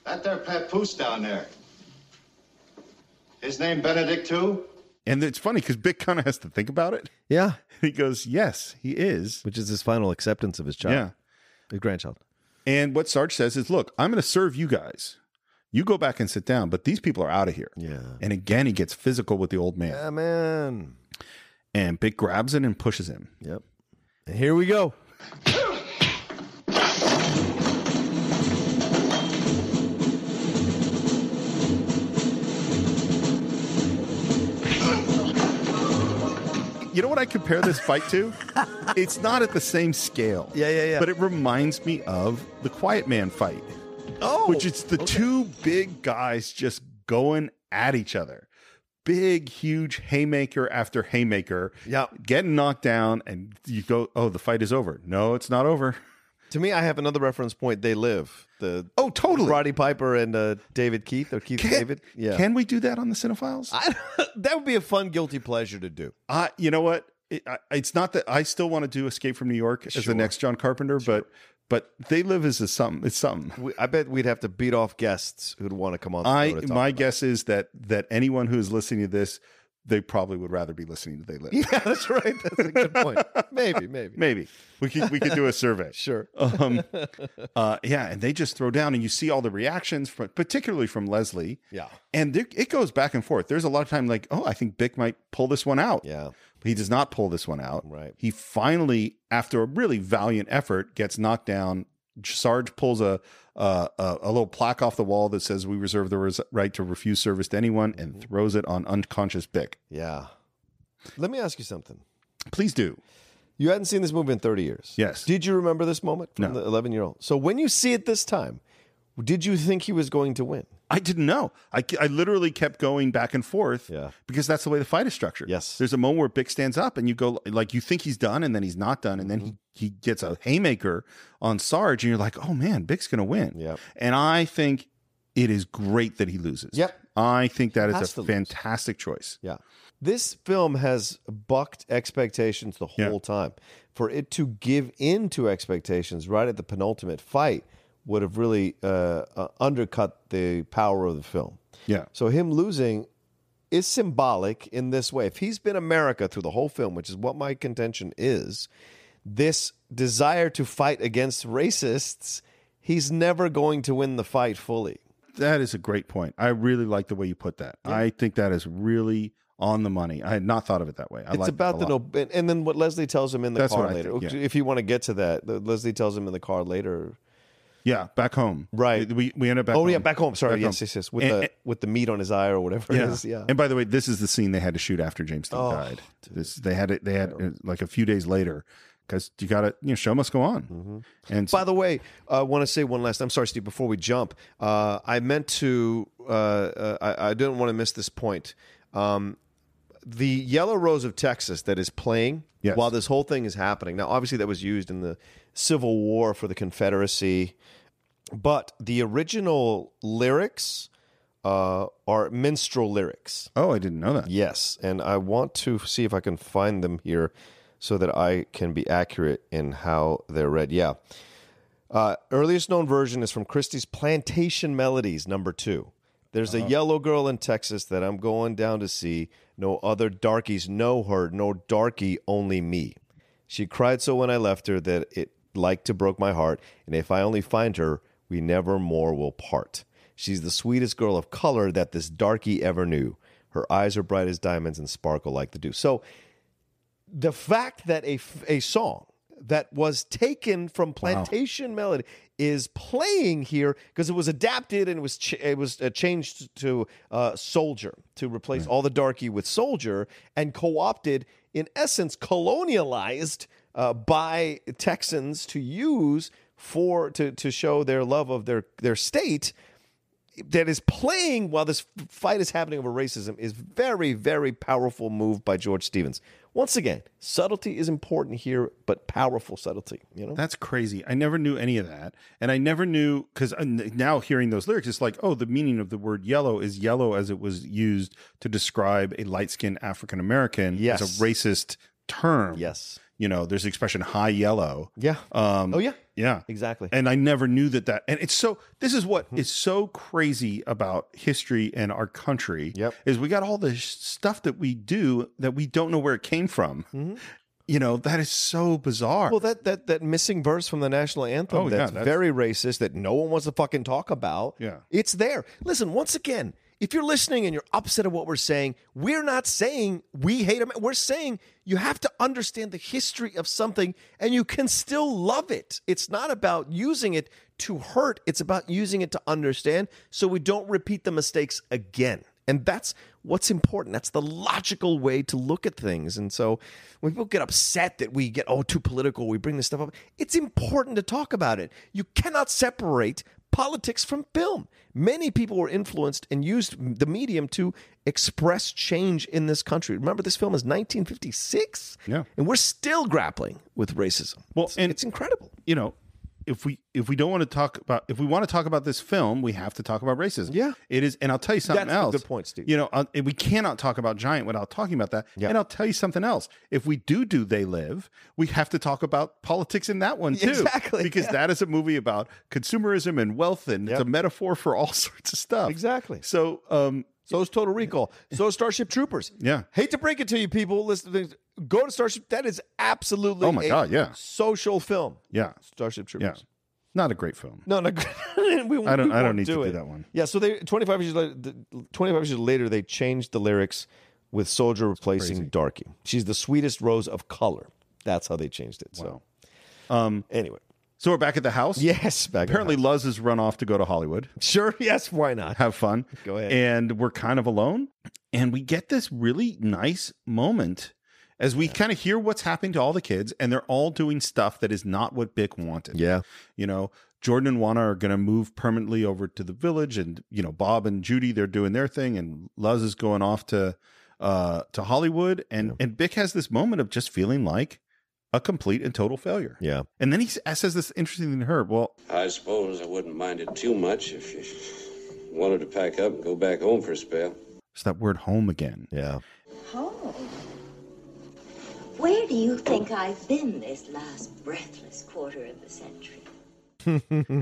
S2: That there papoose down there. His name Benedict, too?
S1: And it's funny because Bick kind of has to think about it.
S10: Yeah.
S1: He goes, Yes, he is.
S10: Which is his final acceptance of his child.
S1: Yeah.
S10: His grandchild.
S1: And what Sarge says is, Look, I'm going to serve you guys. You go back and sit down, but these people are out of here.
S10: Yeah.
S1: And again, he gets physical with the old man.
S10: Yeah, man.
S1: And Bick grabs it and pushes him.
S10: Yep. And here we go.
S1: You know what I compare this fight to? it's not at the same scale.
S10: Yeah, yeah, yeah.
S1: But it reminds me of the Quiet Man fight.
S10: Oh.
S1: Which it's the two big guys just going at each other. Big, huge haymaker after haymaker.
S10: Yeah.
S1: Getting knocked down, and you go, oh, the fight is over. No, it's not over.
S10: To me, I have another reference point. They live. The
S1: Oh, totally.
S10: Roddy Piper and uh, David Keith or Keith David. Yeah.
S1: Can we do that on the Cinephiles?
S10: I, that would be a fun guilty pleasure to do.
S1: I, you know what? It, I, it's not that I still want to do Escape from New York as the next John Carpenter, but but they live as a something. It's something.
S10: We, I bet we'd have to beat off guests who'd want to come on. The
S1: I
S10: show to talk
S1: my
S10: about
S1: guess is that that anyone who is listening to this, they probably would rather be listening to They Live.
S10: it. Yeah, that's right. That's a good point. Maybe, maybe.
S1: Maybe we could we could do a survey.
S10: Sure.
S1: Um, uh, yeah, and they just throw down, and you see all the reactions from, particularly from Leslie.
S10: Yeah.
S1: and there, it goes back and forth. There's a lot of time like, oh, I think Bick might pull this one out.
S10: Yeah,
S1: but he does not pull this one out.
S10: Right.
S1: He finally, after a really valiant effort, gets knocked down. Sarge pulls a uh, a, a little plaque off the wall that says, "We reserve the res- right to refuse service to anyone,"
S10: Mm-hmm.
S1: and throws it on unconscious Bick.
S10: Yeah. Let me ask you something.
S1: Please do.
S10: You hadn't seen this movie in 30 years.
S1: Yes.
S10: Did you remember this moment from
S1: No.
S10: the 11 year old? So when you see it this time, Did you think he was going to win?
S1: I didn't know. I, I literally kept going back and forth
S10: yeah.
S1: because that's the way the fight is structured.
S10: Yes.
S1: There's a moment where Bick stands up and you go, like, you think he's done and then he's not done. And then
S10: Mm-hmm.
S1: he, he gets a haymaker on Sarge and you're like, oh man, Bick's going to win.
S10: Yep.
S1: And I think it is great that he loses.
S10: Yep.
S1: I think that
S10: Has
S1: is a
S10: to lose.
S1: fantastic choice.
S10: Yeah. This film has bucked expectations the whole time. For it to give in to expectations right at the penultimate fight would have really uh, uh, undercut the power of the film.
S1: Yeah.
S10: So him losing is symbolic in this way. If he's been America through the whole film, which is what my contention is, this desire to fight against racists, he's never going to win the fight fully.
S1: That is a great point. I really like the way you put that. I think that is really on the money. I had not thought of it that way. I
S10: it's
S1: like
S10: about the
S1: no.
S10: no, and, and then what Leslie tells him in the
S1: That's
S10: car
S1: what I
S10: later.
S1: think, yeah.
S10: If you want to get to that, the- Leslie tells him in the car later.
S1: Yeah, back home.
S10: Right.
S1: We we end up back
S10: oh
S1: home.
S10: yeah, back home. Sorry,
S1: Back
S10: yes,
S1: home.
S10: yes, yes. With
S1: And-
S10: the with the meat on his eye or whatever it is. Yeah.
S1: And by the way, this is the scene they had to shoot after James Dean
S10: Oh,
S1: died. This they had it. They had uh, like a few days later because you got to you know show must go on.
S10: Mm-hmm.
S1: And
S10: By the way, uh, I want to say one last. I'm sorry, Steve. Before we jump, uh, I meant to. Uh, uh, I, I didn't want to miss this point. Um, the Yellow Rose of Texas that is playing
S1: Yes.
S10: while this whole thing is happening. Now, obviously, that was used in the Civil War for the Confederacy, but the original lyrics uh, are minstrel lyrics.
S1: oh, I didn't know that.
S10: Yes, and I want to see if I can find them here so that I can be accurate in how they're read. Yeah. Uh, earliest known version is from Christie's Plantation Melodies, number two. There's a yellow girl in Texas that I'm going down to see. No other darkies know her, no darky, only me. She cried so when I left her that it like to broke my heart, and if I only find her, we never more will part. She's the sweetest girl of color that this darky ever knew. Her eyes are bright as diamonds and sparkle like the dew. So the fact that a, f- a song that was taken from plantation melody is playing here because it was adapted and it was ch- it was uh, changed to uh, soldier to replace all the darky with soldier and co-opted in essence colonialized uh, by Texans to use for to to show their love of their their state that is playing while this f- fight is happening over racism is very, very powerful move by George Stevens. Once again, subtlety is important here, but powerful subtlety. You know,
S1: That's crazy. I never knew any of that, and I never knew because now hearing those lyrics, it's like, oh, the meaning of the word yellow is yellow as it was used to describe a light-skinned African American.
S10: Yes.
S1: as a racist term.
S10: yes,
S1: you know, there's the expression "high yellow."
S10: yeah,
S1: Um,
S10: oh yeah,
S1: yeah,
S10: exactly. Mm-hmm.
S1: And I never knew that that and it's so this is what is so crazy about history and our country
S10: Yep.
S1: is we got all this stuff that we do that we don't know where it came from.
S10: Mhm.
S1: You know, that is so bizarre.
S10: Well, that that that missing verse from the national anthem
S1: Oh, yeah,
S10: that's,
S1: that's-
S10: very racist that no one wants to fucking talk about.
S1: Yeah.
S10: it's there. Listen, once again, if you're listening and you're upset at what we're saying, we're not saying we hate them. We're saying you have to understand the history of something and you can still love it. It's not about using it to hurt. It's about using it to understand so we don't repeat the mistakes again. And that's what's important. That's the logical way to look at things. And so when people get upset that we get, oh, too political, we bring this stuff up, it's important to talk about it. You cannot separate politics from film. Many people were influenced and used the medium to express change in this country. Remember, this film is 1956?
S1: Yeah.
S10: And we're still grappling with racism.
S1: Well,
S10: it's,
S1: and-
S10: it's incredible.
S1: you know, if we if we don't want to talk about if we want to talk about this film, we have to talk about racism.
S10: Yeah.
S1: it is, and I'll tell you something
S10: That's a
S1: else.
S10: good point, Steve.
S1: You know, uh, and we cannot talk about Giant without talking about that.
S10: Yeah.
S1: And I'll tell you something else. If we do do They Live, we have to talk about politics in that one too,
S10: Exactly,
S1: because
S10: yeah.
S1: that is a movie about consumerism and wealth, and it's
S10: Yep.
S1: a metaphor for all sorts of stuff.
S10: Exactly.
S1: So, um,
S10: So is Total Recall. So is Starship Troopers.
S1: Yeah.
S10: Hate to break it to you, people. Listen, go to Starship. That is absolutely
S1: Oh my
S10: a
S1: God, yeah.
S10: social film.
S1: yeah,
S10: Starship
S1: yeah,
S10: Troopers.
S1: not a great film.
S10: No, no. we,
S1: I don't-
S10: we
S1: I don't
S10: won't
S1: need to do
S10: it.
S1: that one.
S10: Yeah. So they 25 years later, the- 25 years later, they changed the lyrics with Soldier replacing Darky. She's the sweetest rose of color. That's how they changed it. So,
S1: Um,
S10: anyway,
S1: So we're back at the house.
S10: yes. Back in
S1: Apparently,
S10: the
S1: Luz
S10: house.
S1: has run off to go to Hollywood.
S10: sure. Yes. Why not?
S1: have fun.
S10: Go ahead.
S1: And we're kind of alone. And we get this really nice moment as we kind of hear what's happening to all the kids, and they're all doing stuff that is not what Bick wanted.
S10: Yeah.
S1: You know, Jordan and Juana are going to move permanently over to the village, and you know Bob and Judy they're doing their thing, and Luz is going off to uh to Hollywood, and and Bick has this moment of just feeling like a complete and total failure.
S10: Yeah,
S1: and then he s- says this interesting thing to her. Well,
S3: I suppose I wouldn't mind it too much if you wanted to pack up and go back home for a spell.
S1: it's that word home again.
S10: Yeah,
S9: Oh.
S7: Home? Where do you think I've been this last breathless quarter of a century?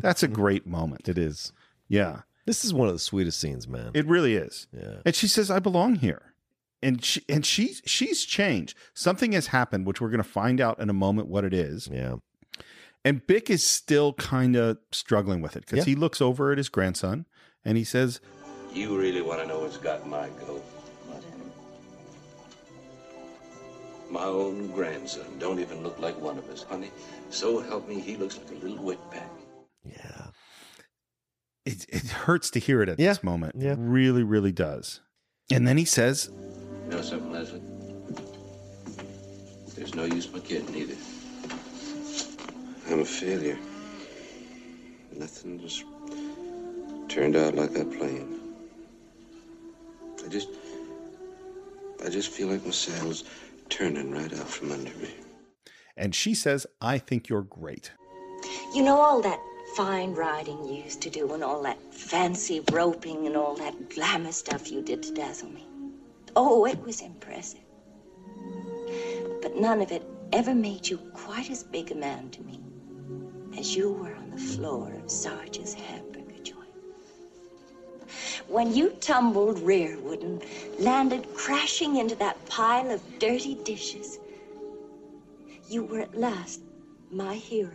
S1: that's a great moment.
S10: Mm. It is.
S1: Yeah,
S10: This is one of the sweetest scenes, man.
S1: it really is.
S10: yeah.
S1: And she says, "I belong here," and she and she she's changed. Something has happened, which we're going to find out in a moment what it is.
S10: Yeah.
S1: And Bick is still kind of struggling with it because
S3: Yeah.
S1: he looks over at his grandson and he says,
S3: You really want to know what's got my goat? My own grandson. Don't even look like one of us, honey. So help me, he looks like a little wetback.
S1: it, it hurts to hear it at this moment.
S10: Yeah.
S1: Really, really does. And then he says,
S3: You know something, Leslie? There's no use my kidding either. I'm a failure. Nothing just turned out like I planned. I just. I just feel like my saddle's turning right out from under me.
S1: and she says, I think you're great.
S7: You know all that fine riding you used to do and all that fancy roping and all that glamour stuff you did to dazzle me? Oh, it was impressive. But none of it ever made you quite as big a man to me as you were on the floor of Sarge's hamburger joint. When you tumbled rearward and landed crashing into that pile of dirty dishes, you were at last my hero.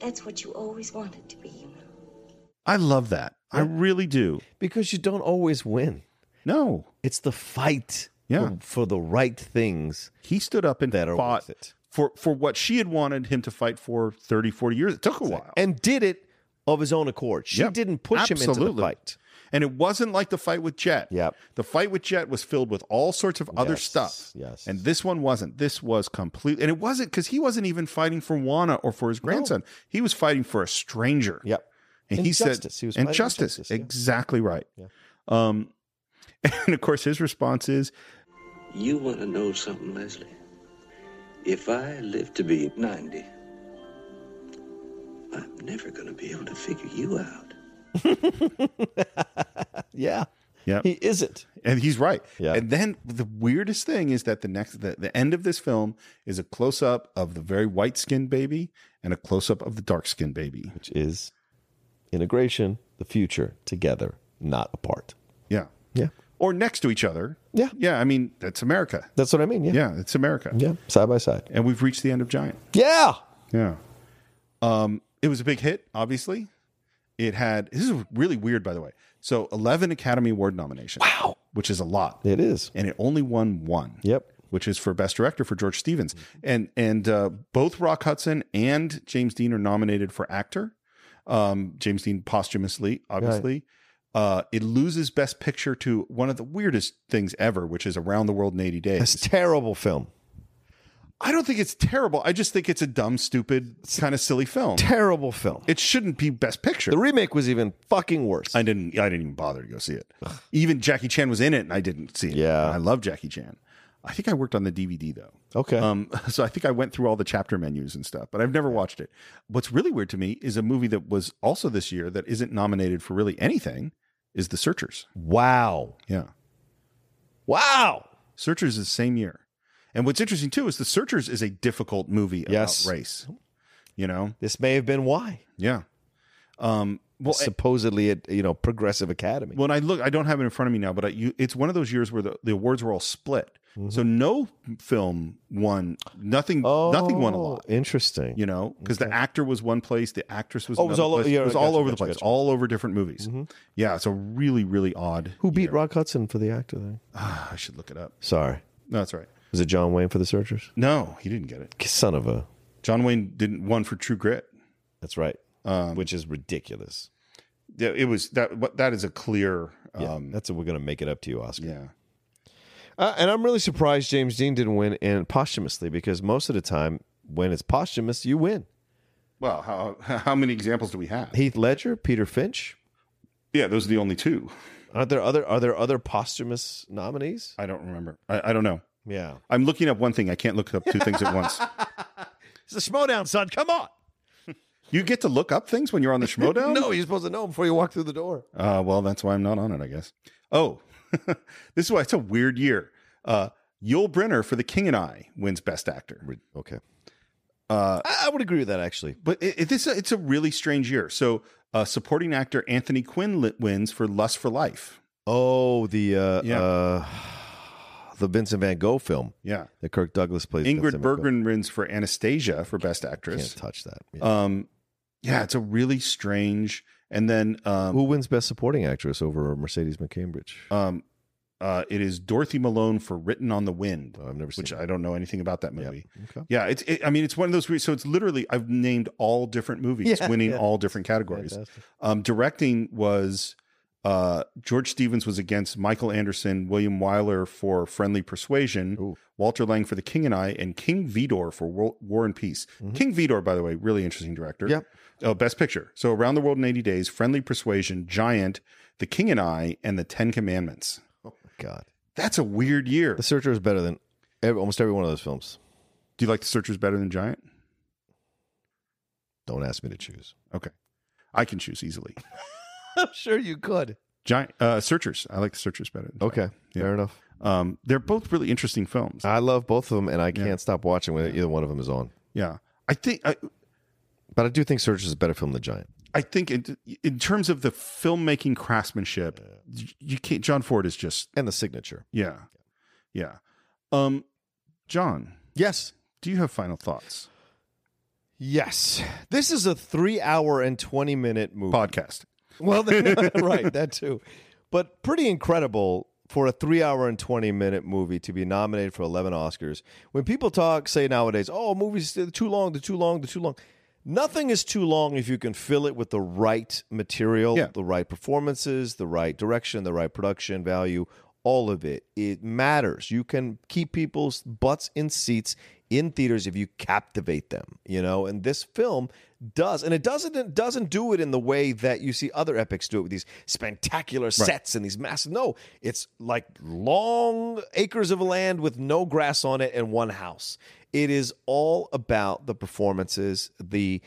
S7: That's what you always wanted to be, you know.
S1: I love that. I really do.
S10: Because you don't always win.
S1: No.
S10: It's the fight
S1: Yeah.
S10: for, for the right things.
S1: He stood up and
S10: that are
S1: fought
S10: worth it.
S1: for, for what she had wanted him to fight for 30, 40 years. It took a while.
S10: And did it of his own accord. She
S1: Yep.
S10: didn't push him into the
S1: Absolutely.
S10: fight.
S1: And it wasn't like the fight with Jet.
S10: Yep.
S1: The fight with Jet was filled with all sorts of other stuff.
S10: yes.
S1: And this one wasn't. This was complete. And it wasn't because he wasn't even fighting for Juana or for his grandson. He was fighting for a stranger.
S10: Yep.
S1: And
S10: And
S1: he
S10: justice.
S1: said,
S10: He was
S1: and
S10: fighting for
S1: justice.
S10: justice, yeah.
S1: Exactly right. Um, and of course, his response is,
S3: You want to know something, Leslie? If I live to be 90, I'm never going to be able to figure you out.
S10: Yeah.
S1: Yep.
S10: He isn't.
S1: and he's right.
S10: Yeah.
S1: And then the weirdest thing is that the next the, the end of this film is a close up of the very white skinned baby and a close up of the dark skinned baby.
S10: Which is integration, the future, together, not apart.
S1: Yeah.
S10: Yeah.
S1: Or next to each other.
S10: Yeah.
S1: Yeah. I mean, that's America.
S10: That's what I mean. Yeah.
S1: Yeah, it's America.
S10: Yeah. Side by side.
S1: And we've reached the end of Giant.
S10: Yeah.
S1: Yeah. Um, it was a big hit, obviously. It had this is really weird, by the way. So eleven Academy Award nominations. Wow. Which is a lot.
S10: It is.
S1: And it only won one.
S10: Yep.
S1: Which is for Best Director for George Stevens. And and uh, both Rock Hudson and James Dean are nominated for actor. Um, James Dean posthumously, obviously. Uh, it loses Best Picture to one of the weirdest things ever, which is Around the World in 80 Days.
S10: It's a terrible film.
S1: I don't think it's terrible. I just think it's a dumb, stupid, kind of silly film.
S10: Terrible film.
S1: It shouldn't be Best Picture.
S10: The remake was even fucking worse.
S1: I didn't. I didn't even bother to go see it. even Jackie Chan was in it, and I didn't see it.
S10: Yeah.
S1: I love Jackie Chan. I think I worked on the DVD though.
S10: Okay.
S1: Um, so I think I went through all the chapter menus and stuff, but I've never watched it. What's really weird to me is a movie that was also this year that isn't nominated for really anything is The Searchers.
S10: wow.
S1: Yeah.
S10: Wow.
S1: Searchers is the same year. And what's interesting too is The Searchers is a difficult movie about
S10: Yes. Oh.
S1: race. You know?
S10: This may have been why.
S1: Yeah. Um, well,
S10: supposedly at you know progressive academy.
S1: when I look, I don't have it in front of me now, but I, you, it's one of those years where the, the awards were all split. So
S10: Mm-hmm.
S1: no film won, nothing, nothing won a lot.
S10: Oh, Interesting.
S1: You know, because the actor was one place, the actress was
S10: Oh, it was
S1: another
S10: all o-
S1: place.
S10: yeah,
S1: it was
S10: gotcha,
S1: all over the
S10: gotcha,
S1: place,
S10: gotcha. Mm-hmm.
S1: all over different movies. Yeah, it's a really, really odd.
S10: Who beat Rock Hudson for the actor there?
S1: I should look it up.
S10: Sorry,
S1: No, that's right.
S10: was it John Wayne for the Searchers?
S1: No, he didn't get it.
S10: Son of a.
S1: John Wayne didn't won for True Grit.
S10: That's right. Which is ridiculous.
S1: Yeah, it was that. What that is a clear.
S10: Yeah,
S1: Um,
S10: that's what we're gonna make it up to you, Oscar.
S1: yeah.
S10: Uh, and I'm really surprised James Dean didn't win and posthumously because most of the time when it's posthumous, you win.
S1: Well, how how many examples do we have?
S10: Heath Ledger, Peter Finch.
S1: Yeah, those are the only two.
S10: Aren't there other are there other posthumous nominees?
S1: I don't remember. I, I don't know.
S10: Yeah.
S1: I'm looking up one thing. I can't look up two things at once.
S10: It's the Schmodown, son. Come on.
S1: You get to look up things when you're on the Schmodown?
S10: No, you're supposed to know before you walk through the door.
S1: Uh, well, that's why I'm not on it, I guess. Oh, this is why it's a weird year. Uh, Yul Brynner for The King and I wins Best Actor.
S10: Okay.
S1: Uh,
S10: I, I would agree with that actually.
S1: but it, it, this it's a really strange year. So, uh, supporting actor Anthony Quinn lit wins for Lust for Life.
S10: Oh, the uh,
S1: Yeah.
S10: uh the Vincent Van Gogh film
S1: Yeah.
S10: that Kirk Douglas plays.
S1: Ingrid
S10: Vincent Van Gogh.
S1: Bergman wins for Anastasia for Best
S10: Can't
S1: Actress.
S10: touch that. Yeah.
S1: Um, yeah, it's a really strange. And then um,
S10: Who wins Best Supporting Actress over Mercedes McCambridge?
S1: Um, uh, it is Dorothy Malone for Written on the Wind.
S10: Oh, I've never seen
S1: which
S10: it.
S1: I don't know anything about that movie.
S10: Okay.
S1: Yeah, it's. It, I mean, it's one of those. Weird, so it's literally I've named all different movies,
S10: Yeah,
S1: winning
S10: yeah.
S1: all different categories.
S10: Fantastic.
S1: Um, directing was uh, George Stevens was against Michael Anderson, William Wyler for Friendly Persuasion,
S10: Ooh.
S1: Walter Lang for The King and I, and King Vidor for War, War and Peace. King Vidor, by the way, really interesting director.
S10: Mm-hmm. Yep.
S1: Oh, Best Picture. So Around the World in 80 Days, Friendly Persuasion, Giant, The King and I, and The Ten Commandments.
S10: Oh, God,
S1: That's a weird year.
S10: The Searcher is better than every, almost every one of those films.
S1: Do you like The Searchers better than Giant?
S10: Don't ask me to choose.
S1: Okay. I can choose easily.
S10: I'm sure you could.
S1: Giant uh, Searchers. I like The Searchers better. than Giant.
S10: Okay, fair enough. Uh,
S1: Um, they're both really interesting films.
S10: I love both of them, and I can't stop watching when either one of them is on.
S1: yeah. I think I,
S10: But I do think Searcher is a better film than Giant.
S1: I think in, in terms of the filmmaking craftsmanship, you can't. John Ford is just
S10: And the signature.
S1: yeah, yeah. Um, John,
S10: Yes.
S1: do you have final thoughts?
S10: Yes. This is a three hour and 20 minute movie.
S1: Podcast.
S10: Well, the- right, that too. But pretty incredible for a three hour and 20 minute movie to be nominated for 11 Oscars. When people talk, say nowadays, oh, movies, they're too long, they're too long, they're too long. Nothing is too long if you can fill it with the right material,
S1: Yeah.
S10: the right performances, the right direction, the right production value, all of it. It matters. You can keep people's butts in seats in theaters if you captivate them, you know? And this film does. And it doesn't it doesn't do it in the way that you see other epics do it with these spectacular sets and these massive No, it's like long acres of land with no grass on it and one house. It is all about the performances, the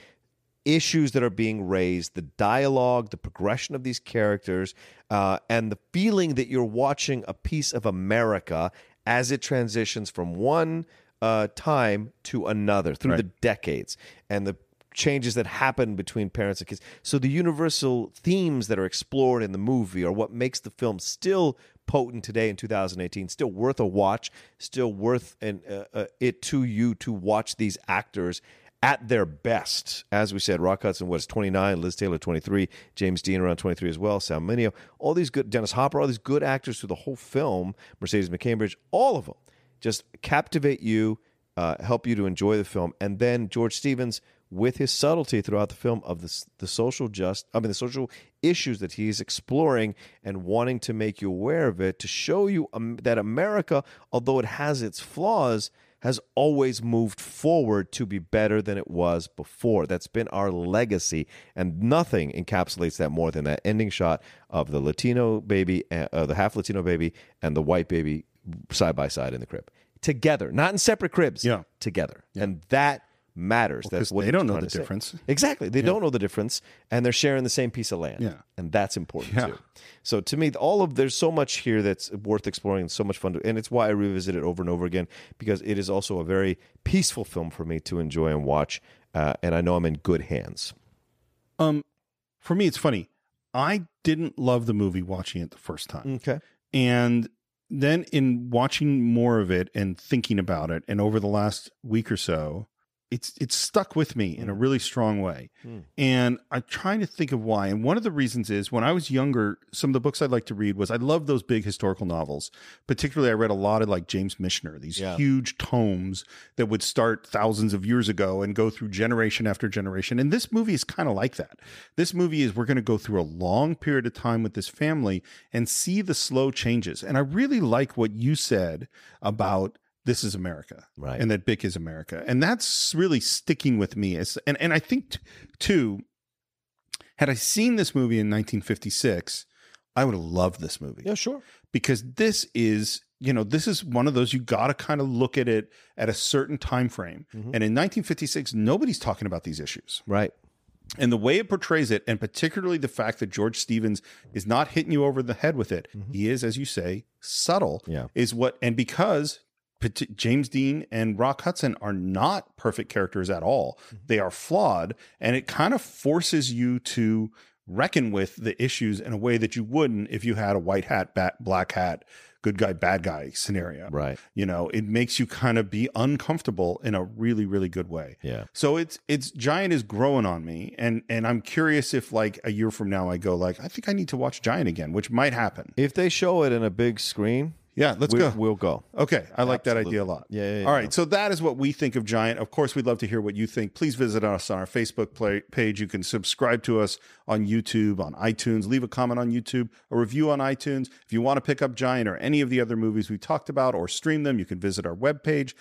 S10: issues that are being raised, the dialogue, the progression of these characters, uh, and the feeling that you're watching a piece of America as it transitions from one uh, time to another through the decades and the changes that happen between parents and kids. So the universal themes that are explored in the movie are what makes the film still potent today in 2018 still worth a watch still worth an, uh, uh, it to you to watch these actors at their best. As we said, Rock Hudson was 29, Liz Taylor 23, James Dean around 23 as well, Sam Mineo, all these good, Dennis Hopper, all these good actors through the whole film, Mercedes McCambridge, all of them just captivate you, uh, help you to enjoy the film. And then George Stevens, with his subtlety throughout the film of the, the social just, I mean, the social issues that he's exploring and wanting to make you aware of it, to show you um, that America, although it has its flaws, has always moved forward to be better than it was before. That's been our legacy, and nothing encapsulates that more than that ending shot of the Latino baby, uh, uh, the half Latino baby, and the white baby side by side in the crib together, not in separate cribs.
S1: Yeah.
S10: together, and that matters. that's
S1: 'cause
S10: what
S1: they
S10: he's
S1: don't know
S10: trying
S1: the
S10: to say.
S1: difference.
S10: Exactly, they don't know the difference, and they're sharing the same piece of land.
S1: Yeah.
S10: and that's important
S1: Yeah.
S10: too. So to me, all of there's so much here that's worth exploring and so much fun to, and it's why I revisit it over and over again because it is also a very peaceful film for me to enjoy and watch, uh, and I know I'm in good hands.
S1: Um, for me, it's funny. I didn't love the movie watching it the first time.
S10: Okay,
S1: And then in watching more of it and thinking about it, and over the last week or so, it's it's stuck with me in a
S10: Hmm.
S1: really strong way. And I'm trying to think of why. And one of the reasons is when I was younger, some of the books I'd like to read was I love those big historical novels. Particularly I read a lot of like James Michener, these
S10: Yeah.
S1: huge tomes that would start thousands of years ago and go through generation after generation. And this movie is kind of like that. This movie is we're going to go through a long period of time with this family and see the slow changes. And I really like what you said about this is America,
S10: Right.
S1: And that Bic is America, and that's really sticking with me. As and and I think t- too, had I seen this movie in 1956, I would have loved this movie.
S10: Yeah, sure.
S1: Because this is, you know, this is one of those you got to kind of look at it at a certain time frame. And in 1956, nobody's talking about these issues.
S10: Right.
S1: And the way it portrays it, and particularly the fact that George Stevens is not hitting you over the head with it, he is, as you say, subtle.
S10: Mm-hmm. Yeah.
S1: Is what, and because parti- James Dean and Rock Hudson are not perfect characters at all,
S10: Mm-hmm.
S1: they are flawed, and it kind of forces you to reckon with the issues in a way that you wouldn't if you had a white hat, bat, black hat, good guy, bad guy scenario.
S10: Right.
S1: You know, it makes you kind of be uncomfortable in a really, really good way.
S10: Yeah.
S1: So it's it's Giant is growing on me, and and I'm curious if like a year from now I go like I think I need to watch Giant again, which might happen.
S10: If they show it in a big screen,
S1: Yeah, let's
S10: we,
S1: go.
S10: We'll go.
S1: Okay, I like that
S10: Absolutely.
S1: idea a lot.
S10: Yeah, yeah, yeah.
S1: All right, so that is what we think of Giant. Of course, we'd love to hear what you think. Please visit us on our Facebook play- page. You can subscribe to us on YouTube, on iTunes. Leave a comment on YouTube, a review on iTunes. If you want to pick up Giant or any of the other movies we talked about or stream them, you can visit our webpage,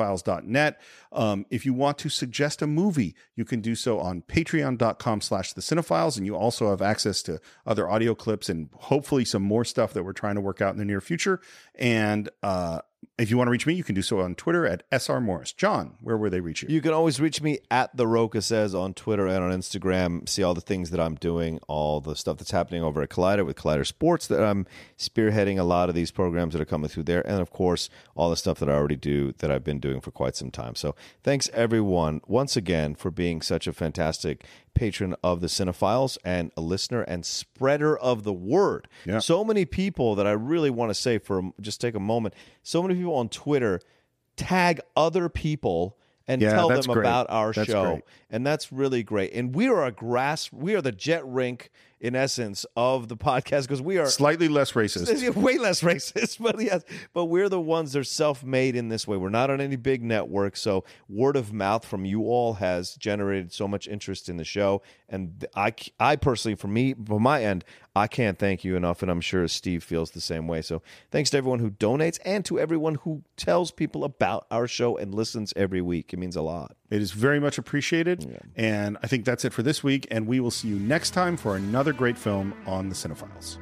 S1: cinephiles.net. Um, if you want to suggest a movie, you can do so on patreon.com slash the cinephiles, and you also have access to other audio clips and hopefully some more stuff that we're trying to work out in the near future. And uh, if you want to reach me, you can do so on Twitter at SR Morris. John, where will they reach you?
S10: You can always reach me at the Roca says on Twitter and on Instagram. See all the things that I'm doing, all the stuff that's happening over at Collider with Collider Sports that I'm spearheading a lot of these programs that are coming through there, and of course all the stuff that I already do that I've been doing for quite some time. So thanks everyone once again for being such a fantastic patron of the Cinephiles and a listener and spreader of the word.
S1: Yeah.
S10: So many people that I really want to say for just take a moment. So many people on Twitter tag other people and
S1: Yeah,
S10: tell them
S1: that's great.
S10: about our
S1: That's
S10: show.
S1: great.
S10: And that's really great. And we are a grass, we are the jet rink in essence of the podcast because we are
S1: Slightly less racist.
S10: way less racist, but yes, but we're the ones that are self-made in this way. We're not on any big network, so word of mouth from you all has generated so much interest in the show. And I, I personally, for me, for my end, I can't thank you enough, and I'm sure Steve feels the same way. So thanks to everyone who donates and to everyone who tells people about our show and listens every week. It means a lot.
S1: It is very much appreciated. And I think that's it for this week. And we will see you next time for another great film on the Cinephiles.